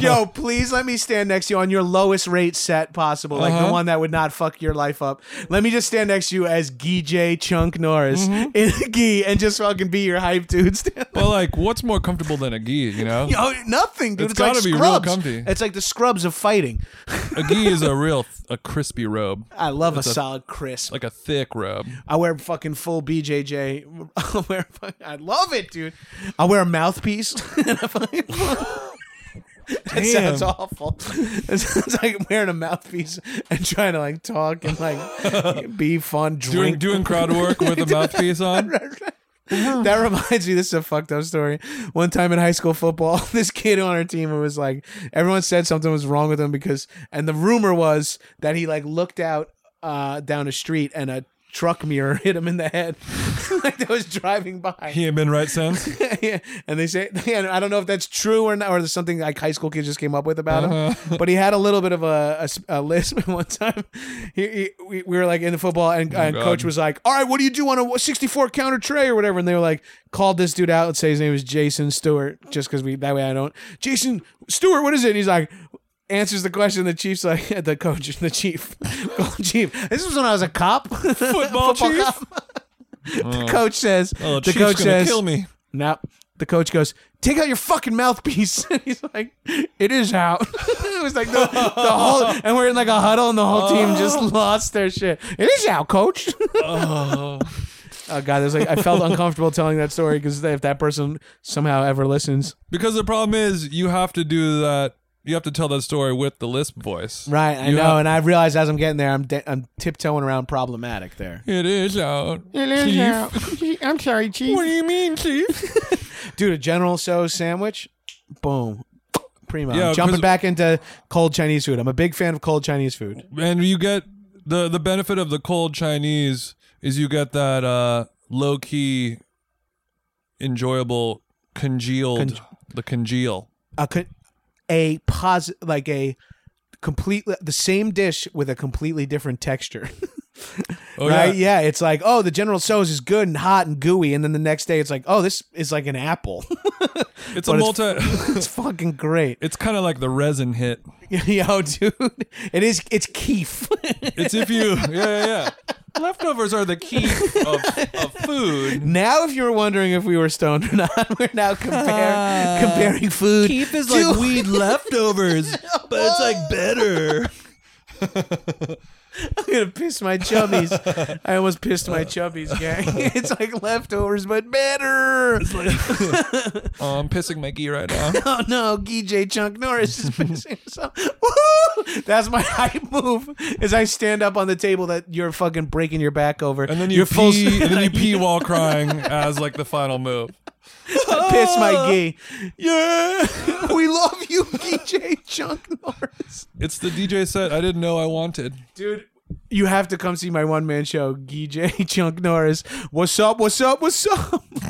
B: Yo, please let me stand next to you on your lowest rate set possible, like
C: Uh-huh.
B: the one that would not fuck your life up. Let me just stand next to you as GJ Chunk Norris
C: Mm-hmm.
B: in a gi and just fucking be your hype dude. Stand
C: But like, what's more comfortable than a gi? You
B: (laughs)
C: know,
B: Yo, nothing, dude. It's,
C: It's
B: like
C: gotta be real
B: scrubs.
C: comfy.
B: It's like the scrubs of fighting. (laughs)
C: a gi is a real a crispy robe,
B: I love a, solid crisp.
C: like a thick robe.
B: I wear fucking full BJJ. (laughs) I wear, fuck- I love it, dude. I wear a mouthpiece. (laughs) that sounds awful. It sounds like wearing a mouthpiece and trying to like talk and
C: (laughs)
B: like be fun.
C: Doing
B: Drink.
C: doing crowd work
B: (laughs)
C: with a mouthpiece on.
B: that reminds me. This is a fucked up story. One time in high school football, (laughs) this kid on our team who was like, everyone said something was wrong with him because, and the rumor was that he like looked out uh, down a street and a truck mirror (laughs) hit him in the head, like that was driving by.
C: He ain't been
B: (laughs)
C: right since.
B: Yeah, and they say, (laughs) and I don't know if that's true or not, or there's something like high school kids just came up with about
C: Uh-huh.
B: him. But he had a little bit of a, a s- a lisp (laughs) one time. He, he- we, we were like in the football, and, and
C: Oh God.
B: coach was like, "All right, what do you do on a 64 counter tray or whatever?" And they were like, "Called this dude out. Let's say his name is Jason Stewart, just because we that way I don't." Jason Stewart, what is it? And he's like. Answers the question. The chief's like (laughs) the coach, the chief, (laughs) chief. This was when I was a cop, (laughs) football,
C: chief?
B: cop. (laughs) the coach says.
C: Oh,
B: the
C: the
B: coach
C: gonna
B: says.
C: kill me.
B: Now the coach goes, "Take out your fucking mouthpiece." (laughs) And he's like, "It is out." (laughs) it was like the, the whole, and we're in like a huddle, and the whole team just lost their shit. It is out, coach. (laughs)
C: Oh,
B: oh god, there's like I (laughs) felt uncomfortable telling that story because if that person somehow ever listens,
C: because the problem is you have to do that. You have to tell that story with the lisp voice.
B: right? I
C: You
B: know,
C: have-
B: and I realized as I'm getting there, I'm da- I'm tiptoeing around problematic there.
C: It is out.
B: Chief.
C: chief. (laughs)
B: I'm sorry,
C: What
B: chief.
C: do you mean, chief?
B: Dude, a General So sandwich, boom. Primo. I'm
C: Yeah, 'cause-
B: jumping back into cold Chinese food. I'm a big fan of cold Chinese food.
C: and you get the the benefit of the cold Chinese is you get that uh low key enjoyable congealed the congeal.
B: a con- a pos like a completely the same dish with a completely different texture. (laughs)
C: Oh
B: right?
C: yeah.
B: Yeah. it's like, oh, the General So's is good and hot and gooey, and then the next day it's like, oh, this is like an apple. (laughs)
C: It's a
B: but
C: multi (laughs) it's,
B: it's fucking great. (laughs)
C: kinda like the resin hit.
B: Yo, dude. It is it's
C: (laughs)
B: keef.
C: It's if
B: (laughs)
C: you yeah, yeah, yeah. Leftovers are the key of, of food.
B: now if you were wondering if we were stoned or not, (laughs) we're now
C: Ah.
B: compare, comparing food. to- (laughs)
C: weed leftovers, but it's like better.
B: I'm gonna piss my
C: (laughs)
B: chubbies. I almost pissed my chubbies, gang. (laughs) it's like leftovers, but better.
C: Oh, I'm pissing my ghee right now.
B: (laughs) Oh no, GJ Chunk Norris is (laughs) pissing himself. Woo! That's my (laughs) hype move. Is I stand up on the table that you're fucking breaking your back over,
C: And then you
B: are full
C: pee, and
B: (laughs)
C: then you pee while crying as like the final move.
B: piss my gi. Yeah, (laughs) we love you, (laughs) GJ Chunk Norris,
C: It's the DJ set I didn't know I wanted.
B: dude. You have to come see my one man show, GJ (laughs) Chunk Norris. What's up? What's up? What's up? (laughs)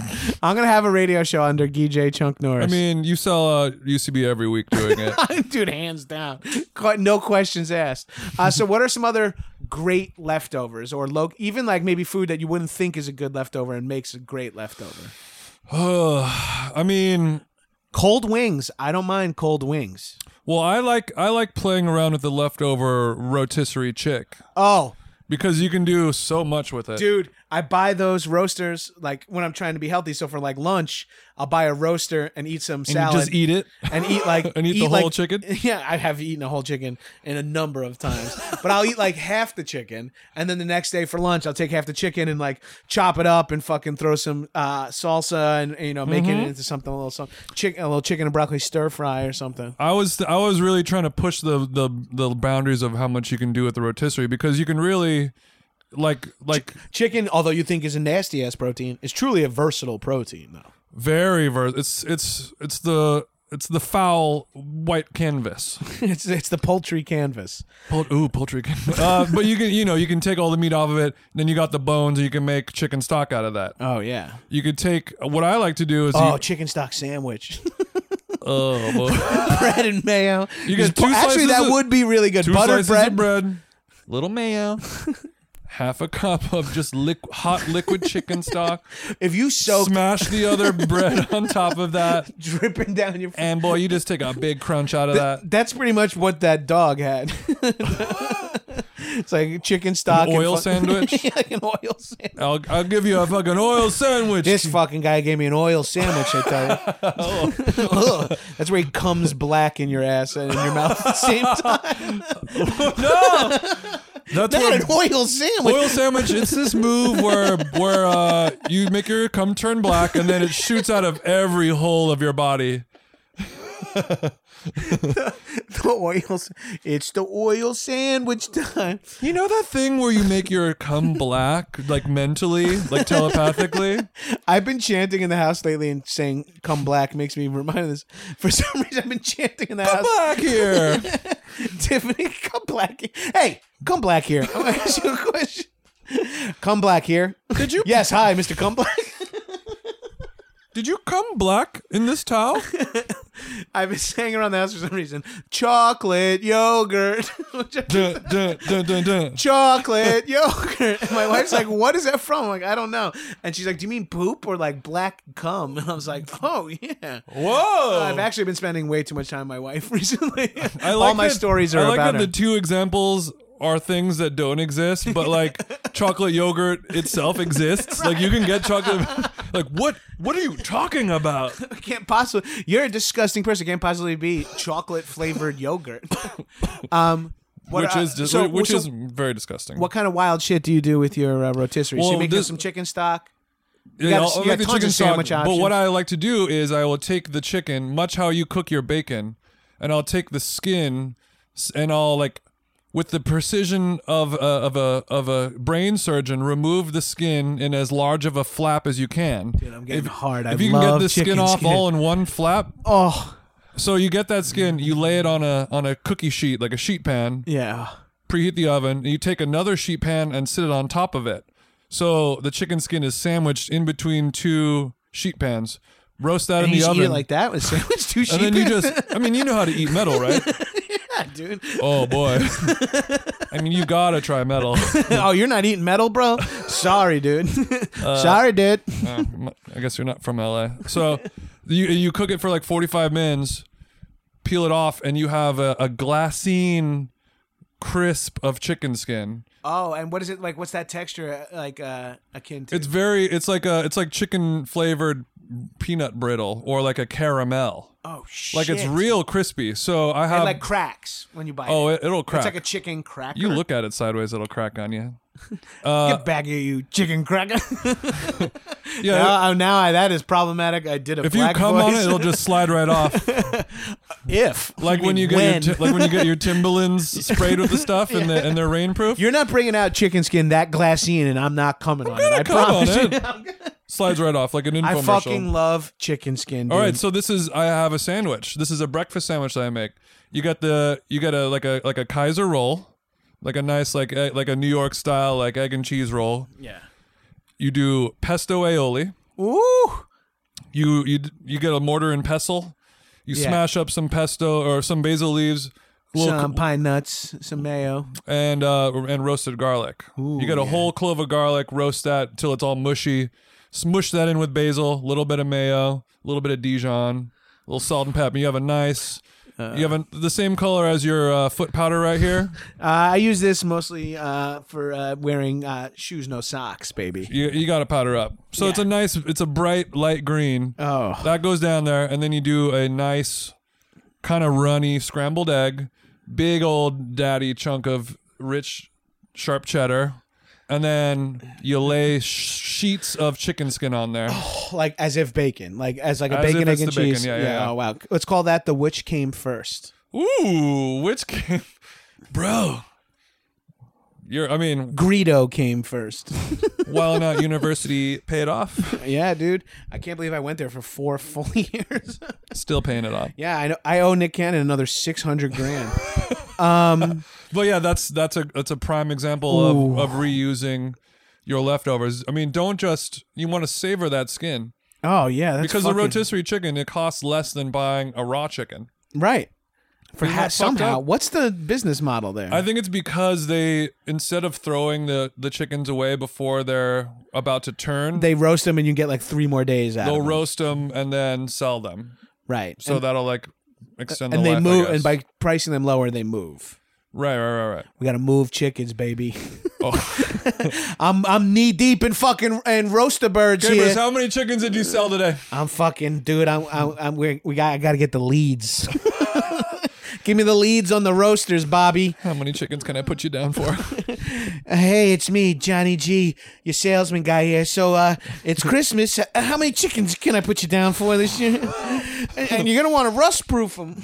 B: I'm gonna have a radio show under GJ Chunk
C: I
B: Norris.
C: mean, you sell uh, UCB every week
B: (laughs)
C: doing it. (sighs)
B: Dude, hands down. Quite- No questions asked. Uh, so, what are some other great leftovers or lo- even like maybe food that you wouldn't think is a good leftover and makes a great leftover?
C: Ugh. I mean,
B: Cold wings. I don't mind cold wings.
C: well, I like I like playing around with the leftover rotisserie chick
B: Oh,
C: because you can do so much with it.
B: dude, I buy those roasters like when I'm trying to be healthy. So, for like lunch, I'll buy a roaster and eat some
C: and
B: salad.
C: you just eat it.
B: and eat like
C: (laughs) And eat the
B: like-
C: whole chicken?
B: (laughs) Yeah, I have eaten a whole chicken in a number of times, but I'll eat like half the chicken, and then the next day for lunch, I'll take half the chicken and like chop it up and fucking throw some uh, salsa and you know make
C: Mm-hmm.
B: it into something a little some chicken a little chicken and broccoli stir fry or something.
C: I was I was really trying to push the, the the boundaries of how much you can do with the rotisserie because you can really like like
B: Chicken, although you think is a nasty ass protein, is truly a versatile protein though. (laughs)
C: Very vers. It's it's it's the it's the foul white canvas.
B: it's it's the poultry canvas.
C: Poul- Ooh, poultry. (laughs) uh, but you can you know you can take all the meat off of it. Then you got the bones. and You can make chicken stock out of that.
B: Oh yeah.
C: You could take what I like to do is
B: Oh,
C: you,
B: chicken stock sandwich, (laughs)
C: oh well,
B: bread and mayo.
C: You get
B: Just pu-
C: two
B: actually
C: slices
B: that
C: of-
B: would be really good.
C: (laughs) two
B: Buttered
C: slices
B: bread.
C: of bread, little mayo, half a cup of just liqu- hot liquid chicken (laughs) stock.
B: If you soak
C: Smash the other bread on top of
B: (laughs)
C: that,
B: dripping down your.
C: and boy, you just take a big crunch out of that.
B: That's pretty much what that dog had. (laughs) it's like chicken stock, and
C: oil
B: fu-
C: sandwich?
B: (laughs) Yeah, like an oil sandwich.
C: I'll, I'll give you a fucking oil sandwich.
B: This fucking guy gave me an oil sandwich. I tell (laughs)
C: (laughs)
B: you, Ugh. that's where he comes black in your ass and in your mouth at the (laughs) same time.
C: (laughs) no, that's
B: Not an
C: what
B: oil sandwich.
C: oil sandwich. It's this move where where uh, you make your cum turn black, and then it shoots out of every hole of your body.
B: The oil sa- It's the oil sandwich time.
C: You know that thing where you make your cum black, like mentally, like telepathically.
B: I've been chanting in the house lately and saying "Come black" makes me remind of this. For some reason, I've been chanting in the house.
C: Black here.
B: (laughs) Tiffany, come black. here. Hey, come black here. I'm gonna ask you a question. Come black here.
C: Did you
B: Yes, hi, Mr. Come Black.
C: did you cum black in this towel?
B: I've been saying around the house for some reason. Chocolate yogurt.
C: (laughs)
B: (laughs)
C: Dun, dun, dun, dun, dun.
B: Chocolate yogurt. And my wife's like, what is that from? I'm like, I don't know. And she's like, Do you mean poop or like black cum? (laughs) And I was like, Oh yeah.
C: Whoa!
B: I've actually been spending way too much time with my wife (laughs) recently.
C: I like
B: All my
C: that-
B: stories are
C: I like
B: about
C: that
B: her.
C: the two examples are things that don't exist, but
B: (laughs)
C: like chocolate yogurt itself exists. Like you can
B: (laughs)
C: get chocolate. (laughs) Like what? What are you talking about?
B: can't possibly. You're a disgusting person. Can't possibly be chocolate flavored
C: (laughs)
B: yogurt. um, what-
C: which is
B: uh,
C: just,
B: so-
C: which
B: so
C: is very disgusting.
B: what kind of wild shit do you do with your uh, rotisserie? so
C: Well,
B: you make
C: this-
B: some chicken stock.
C: you
B: got- you got tons of sandwich
C: But
B: options.
C: what I like to do is I will take the chicken, much how you cook your bacon, and I'll take the skin, s- and I'll like. With the precision of a, of a of a brain surgeon, remove the skin in as large of a flap as you can.
B: I'm getting hard. I
C: if you can
B: love
C: get the
B: chicken
C: skin off all in one flap,
B: oh
C: so you get that skin, you lay it on a on a cookie sheet like a sheet pan,
B: yeah.
C: preheat the oven, and you take another sheet pan and sit it on top of it. So the chicken skin is sandwiched in between two sheet pans. Roast that
B: And
C: in
B: you
C: the
B: just
C: oven,
B: eat it like that with
C: (laughs)
B: sandwich too
C: and
B: sheep.
C: then you just—I mean, you know how to eat metal,
B: (laughs)
C: right?
B: yeah, dude. (laughs)
C: Oh boy, (laughs) I mean, you gotta try metal.
B: oh, you're not eating metal, bro. Sorry, dude. (laughs) Sorry, dude.
C: Uh, I guess you're not from LA. So you you cook it for like 45 minutes, peel it off, and you have a, a glassine crisp of chicken skin.
B: Oh, and what is it like? What's that texture uh, like? Uh, akin to?
C: It's very it's like a it's like chicken flavored peanut brittle or like a caramel.
B: oh shit!
C: Like it's real crispy. So I have
B: It like cracks when you bite.
C: oh
B: it.
C: it, it'll crack.
B: It's like a chicken cracker.
C: you look at it sideways, it'll crack on you.
B: Get back here, you chicken
C: (laughs)
B: cracker.
C: Yeah.
B: now, oh, now I, that is problematic. I did a
C: if you
B: black
C: come on
B: voice.
C: it, it'll just slide right off.
B: (laughs) if
C: Like when you get your ti- like when you get your Timberlands sprayed with the stuff and the, and
B: (laughs)
C: they're rainproof.
B: you're not bringing out chicken skin that glassy in, and I'm not coming on it. I
C: Come on
B: promise you.
C: (laughs) in. Slides right off like an
B: I
C: infomercial.
B: fucking love chicken skin. Dude.
C: All right, so this is I have a sandwich. This is a breakfast sandwich that I make. You got the you got a like a like a Kaiser roll, like a nice like eh, like a New York style like egg and cheese roll.
B: Yeah.
C: You do pesto aioli.
B: Ooh.
C: You you d- you get a mortar and pestle. You
B: Yeah.
C: smash up some pesto or some basil leaves, a little
B: Some pine nuts, some mayo.
C: and uh, and roasted garlic. you get a whole clove of garlic, roast that till it's all mushy. Smush that in with basil, a little bit of mayo, a little bit of Dijon, a little salt and pepper. You have a nice, you have a, the same color as your uh, foot powder right here.
B: Uh, I use this mostly uh, for uh, wearing uh, shoes, no socks, baby.
C: You, you got to powder up. So it's a nice, it's a bright light green.
B: Oh,
C: That goes down there, and then you do a nice, kind of runny scrambled egg, big old daddy chunk of rich, sharp cheddar, and then you lay sh- sheets of chicken skin on there.
B: like as if bacon, like as like a
C: As if
B: bacon, egg,
C: it's
B: and
C: the bacon,
B: cheese.
C: yeah, yeah, yeah.
B: Oh wow. Let's call that the which came first.
C: (laughs) Ooh, which can, bro? You're, I mean,
B: Greedo came first.
C: while not (laughs) university paid off,
B: yeah, dude. I can't believe I went there for four (laughs) full years. (laughs)
C: still paying it off.
B: yeah, I know. I owe Nick Cannon another six hundred
C: (laughs)
B: grand.
C: But yeah, that's that's a that's a prime example of, of reusing your leftovers. I mean, don't just you want to savor that skin
B: Oh yeah, that's
C: because
B: fucking,
C: a rotisserie chicken it costs less than buying a raw chicken.
B: right. For
C: Isn't
B: ha-
C: that fucked
B: somehow,
C: up?
B: what's the business model there?
C: I think it's because they instead of throwing the the chickens away before they're about to turn,
B: they roast them and you get like three more days out.
C: they'll
B: of them.
C: roast them and then sell them.
B: right.
C: So that'll like extend
B: and
C: the
B: they
C: life. I
B: move,
C: guess.
B: and by pricing them lower, they move.
C: right, right, right, right.
B: We gotta move chickens, baby.
C: Oh.
B: (laughs) I'm I'm knee deep in fucking and roaster birds
C: Chambers,
B: here.
C: how many chickens did you sell today?
B: I'm fucking dude. I'm I'm, I'm we, we got I gotta get the leads. (laughs) Give me the leads on the roasters, Bobby.
C: How many chickens can I put you
B: (laughs)
C: down for?
B: Hey, it's me, Johnny G, your salesman guy here. So uh, it's Christmas. Uh, How many chickens can I put you down for this year? (laughs) and, and you're gonna want to rust proof them.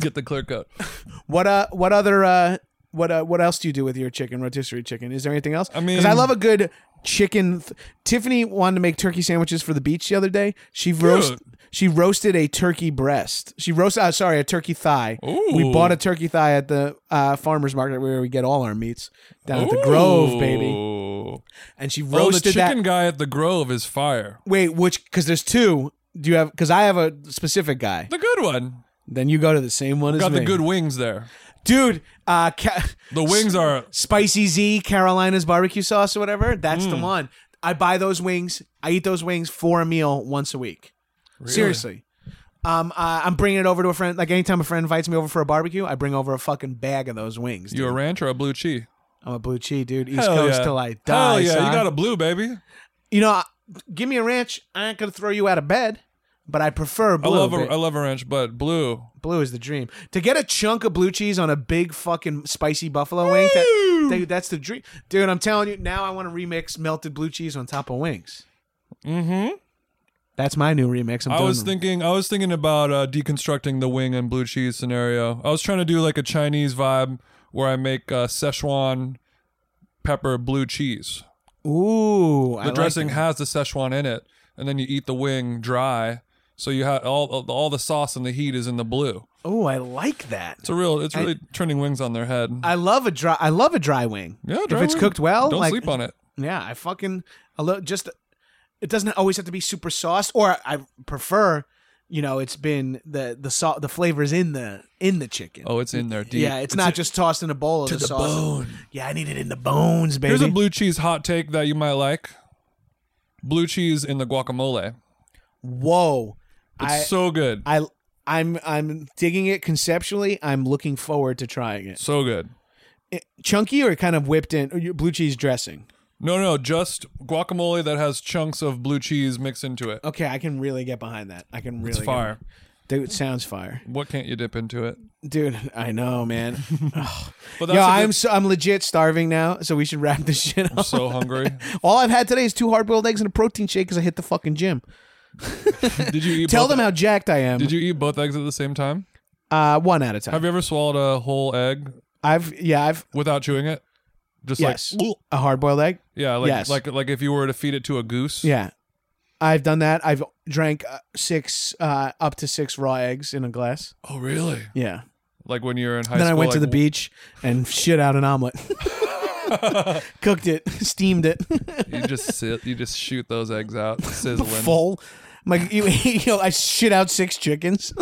C: Get the clear coat.
B: What uh? What other uh? What uh? What else do you do with your chicken rotisserie chicken? Is there anything else? I
C: mean-
B: I love a good chicken. Th- Tiffany wanted to make turkey sandwiches for the beach the other day. She roast.
C: Dude.
B: She roasted a turkey breast. She roasted. Uh, sorry, a turkey thigh. We
C: Ooh.
B: bought a turkey thigh at the uh, farmers market where we get all our meats down at the Grove, baby.
C: Ooh.
B: And she
C: Oh, the
B: roasted that.
C: chicken guy at the Grove is fire.
B: Wait, which? Because there's two. Do you have? Because I have a specific guy.
C: The good one.
B: Then you go to the same one
C: Got
B: as
C: the
B: me.
C: good wings there.
B: dude. Uh, ca-
C: The wings are
B: spicy Z Carolina's barbecue sauce or whatever. That's
C: Mm.
B: the one. I buy those wings. I eat those wings for a meal once a week. Seriously. Um, uh, I'm bringing it over to a friend. Like anytime a friend invites me over for a barbecue, I bring over a fucking bag of those wings. dude.
C: you a ranch or a blue cheese?
B: I'm a blue cheese dude. East
C: Hell
B: Coast
C: yeah.
B: till I die.
C: Hell yeah,
B: son.
C: you got a blue baby.
B: You know, I- give me a ranch. I ain't gonna throw you out of bed, but I prefer
C: I
B: blue.
C: love a,
B: but
C: I love a ranch, but blue.
B: blue is the dream. To get a chunk of blue cheese on a big fucking spicy buffalo wing, that, dude, that's the dream, dude. I'm telling you, now I want to remix melted blue cheese on top of wings.
C: Mm-hmm.
B: That's my new remix. I'm
C: I
B: doing
C: was
B: them.
C: thinking I was thinking about uh, deconstructing the wing and blue cheese scenario. I was trying to do like a Chinese vibe where I make uh, Szechuan pepper blue cheese.
B: Ooh, I
C: The
B: like
C: dressing
B: that.
C: has the Szechuan in it, and then you eat the wing dry. So you have all all the sauce and the heat is in the blue.
B: Ooh, I like that.
C: It's a real. It's really turning wings on their head.
B: I love a dry. I love a dry wing.
C: yeah,
B: if
C: dry
B: it's
C: wing.
B: cooked well,
C: don't
B: like,
C: sleep on it.
B: Yeah, I fucking I lo- just it doesn't always have to be super sauced, or I prefer, you know, it's been the the sau the flavors in the in the chicken.
C: Oh, it's in there deep.
B: yeah, it's, not just tossed in a bowl of
C: to
B: the,
C: the
B: sauce.
C: bone.
B: Yeah, I need it in the bones, baby.
C: Here's a blue cheese hot take that you might like. Blue cheese in the guacamole.
B: Whoa,
C: It's
B: I
C: so good.
B: I I'm I'm digging it conceptually. I'm looking forward to trying it.
C: so good.
B: It- Chunky or kind of whipped in or your blue cheese dressing.
C: No, no, just guacamole that has chunks of blue cheese mixed into it.
B: Okay, I can really get behind that. I can Oh, really
C: It's
B: get-
C: fire.
B: Dude, sounds fire.
C: What can't you dip into it?
B: Dude, I know, man.
C: (laughs) But
B: Yo,
C: a good-
B: I'm so, I'm legit starving now, so we should wrap this shit up.
C: so
B: (laughs)
C: hungry.
B: All I've had today is two hard-boiled eggs and a protein shake because I hit the fucking gym.
C: Did you eat?
B: Tell
C: both, e-
B: them how jacked I am.
C: Did you eat both eggs at the same time?
B: uh, one at a time.
C: Have you ever swallowed a whole egg
B: I've yeah, I've
C: without chewing it? Just
B: yes,
C: like
B: a hard-boiled egg.
C: yeah, like
B: Yes.
C: like like if you were to feed it to a goose.
B: Yeah, I've done that. I've drank uh, six uh, up to six raw eggs in a glass.
C: Oh, really?
B: Yeah.
C: Like when you're in high
B: then
C: school.
B: I went to the
C: like,
B: beach and shit out an
C: (laughs)
B: omelet. (laughs) Cooked it, steamed it,
C: You just sit. You just shoot those
B: (laughs)
C: eggs out, sizzling.
B: full. I'm like you, (laughs) you know, I shit out six chickens,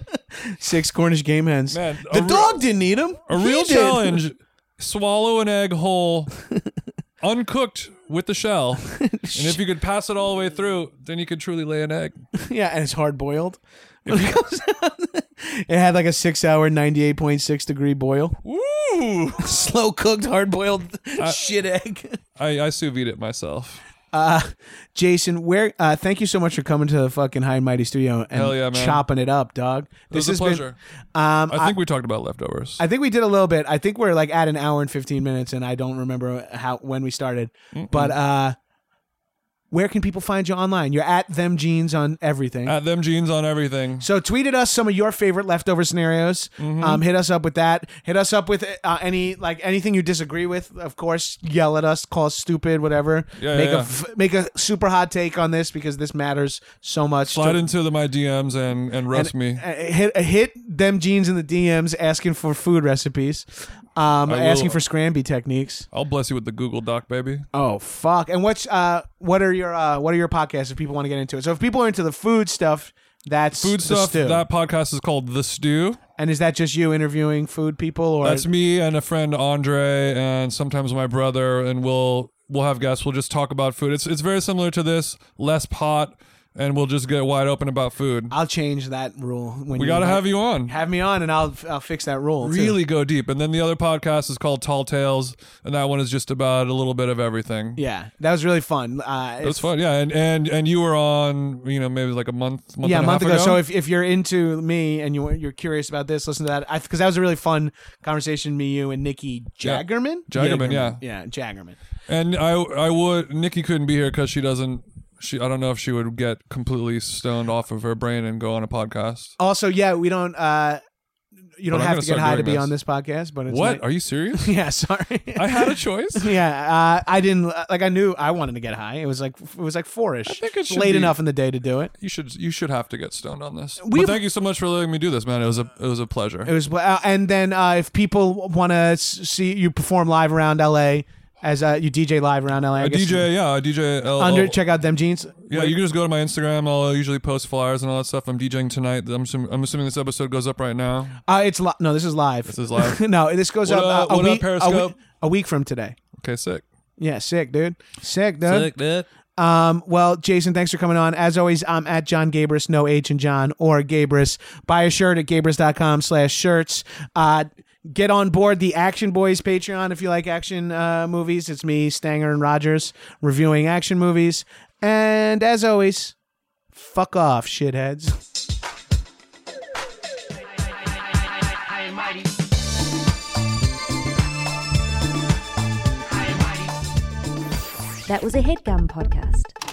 B: (laughs) six Cornish game hens.
C: Man,
B: the
C: a re-
B: dog didn't eat them.
C: A real challenge: swallow an egg whole, uncooked with the
B: (laughs)
C: shell, and if you could pass it all the way through, then you could truly lay an egg.
B: (laughs) Yeah, and it's hard boiled. (laughs) it had like a six hour, 98.6 degree boil.
C: Woo!
B: (laughs) Slow cooked, hard boiled shit egg.
C: I, I sous vide it myself.
B: Uh, Jason, where? Uh, thank you so much for coming to the fucking High and Mighty Studio and
C: Hell yeah, man.
B: chopping it up, dog.
C: It was
B: has
C: a pleasure.
B: Been, um,
C: I think we talked about leftovers.
B: I think we did a little bit. I think we're like at an hour and 15 minutes and I don't remember how when we started. But uh Where can people find you online? You're at them jeans on everything.
C: At them jeans on everything.
B: So tweet at us some of your favorite leftover scenarios.
C: Mm-hmm.
B: Um, hit us up with that. Hit us up with uh, any like anything you disagree with. Of course, yell at us, call us stupid, whatever.
C: Yeah,
B: make
C: yeah,
B: a f- make a super hot take on this because this matters so much.
C: Slide
B: to,
C: into the, my DMs and and roast me.
B: uh, hit uh, hit them jeans in the DMs asking for food recipes, um,
C: I will.
B: asking for scramby techniques.
C: I'll bless you with the Google Doc, baby.
B: Oh fuck! And what's uh what are your uh what are your podcasts if people want to get into it? So if people are into the food stuff, that's
C: Food
B: the
C: stuff.
B: stew.
C: That podcast is called The Stew.
B: and is that just you interviewing food people or
C: That's me and a friend Andre, and sometimes my brother, and we'll we'll have guests. We'll just talk about food. It's it's very similar to this, less pot, and we'll just get wide open about food.
B: I'll change that rule when
C: We
B: you
C: gotta
B: invite-
C: have you on.
B: have me on, and I'll I'll fix that rule. too.
C: Really go deep, and then the other podcast is called Tall Tales, and that one is just about a little bit of everything.
B: yeah, that was really fun. Uh,
C: That's fun, yeah, and and and you were on, you know, maybe like a month, month
B: yeah, a
C: and
B: month
C: half
B: ago. So if, if you're into me and you you're curious about this, listen to that because that was a really fun conversation. Me, you, and Nikki
C: Yeah.
B: Jaggerman.
C: Jagerman, yeah.
B: yeah, Jaggerman.
C: And I I would Nikki couldn't be here because she doesn't she I don't know if she would get completely stoned off of her brain and go on a podcast.
B: Also, yeah, we don't. Uh, you don't have
C: But I'm gonna
B: to get
C: start
B: high to
C: doing
B: be
C: this.
B: on this podcast, but it's
C: What
B: nice- (laughs)
C: are you serious?
B: yeah, sorry.
C: (laughs) I had a choice.
B: (laughs) yeah, uh, I didn't like. I knew I wanted to get high. It was like it was like fourish.
C: think it
B: It's
C: should
B: late
C: be-
B: enough in the day to do it.
C: You should you should have to get stoned on this.
B: We've-
C: But thank you so much for letting me do this, man. It was a it was a
B: It
C: pleasure.
B: was, uh, and then uh, if people want to see you perform live around LA as uh, you DJ live around LA, I
C: A
B: guess
C: DJ, yeah, a DJ. I'll-
B: Under
C: I'll-
B: check out them jeans.
C: yeah, you can just go to my Instagram. I'll uh, usually post flyers and all that stuff. I'm DJing tonight. I'm, assum- I'm assuming this episode goes up right now.
B: Uh, it's li- no, this is live. This
C: is live?
B: (laughs) no, this goes
C: What
B: up
C: up-
B: uh, a
C: what up,
B: week, a week,
C: Periscope?
B: a week from today.
C: Okay, sick.
B: Yeah, sick, dude. Sick, dude.
C: dude.
B: Um, well, Jason, thanks for coming on. As always, I'm at John Gabris, no H in John, or Gabris. Buy a shirt at gabris.com slash shirts. Uh, get on board the Action Boys Patreon if you like action uh, movies. It's me, Stanger, and Rogers reviewing action movies. And as always, fuck off, shitheads. (laughs)
D: I am mighty. I am mighty.
A: That was a headgum podcast.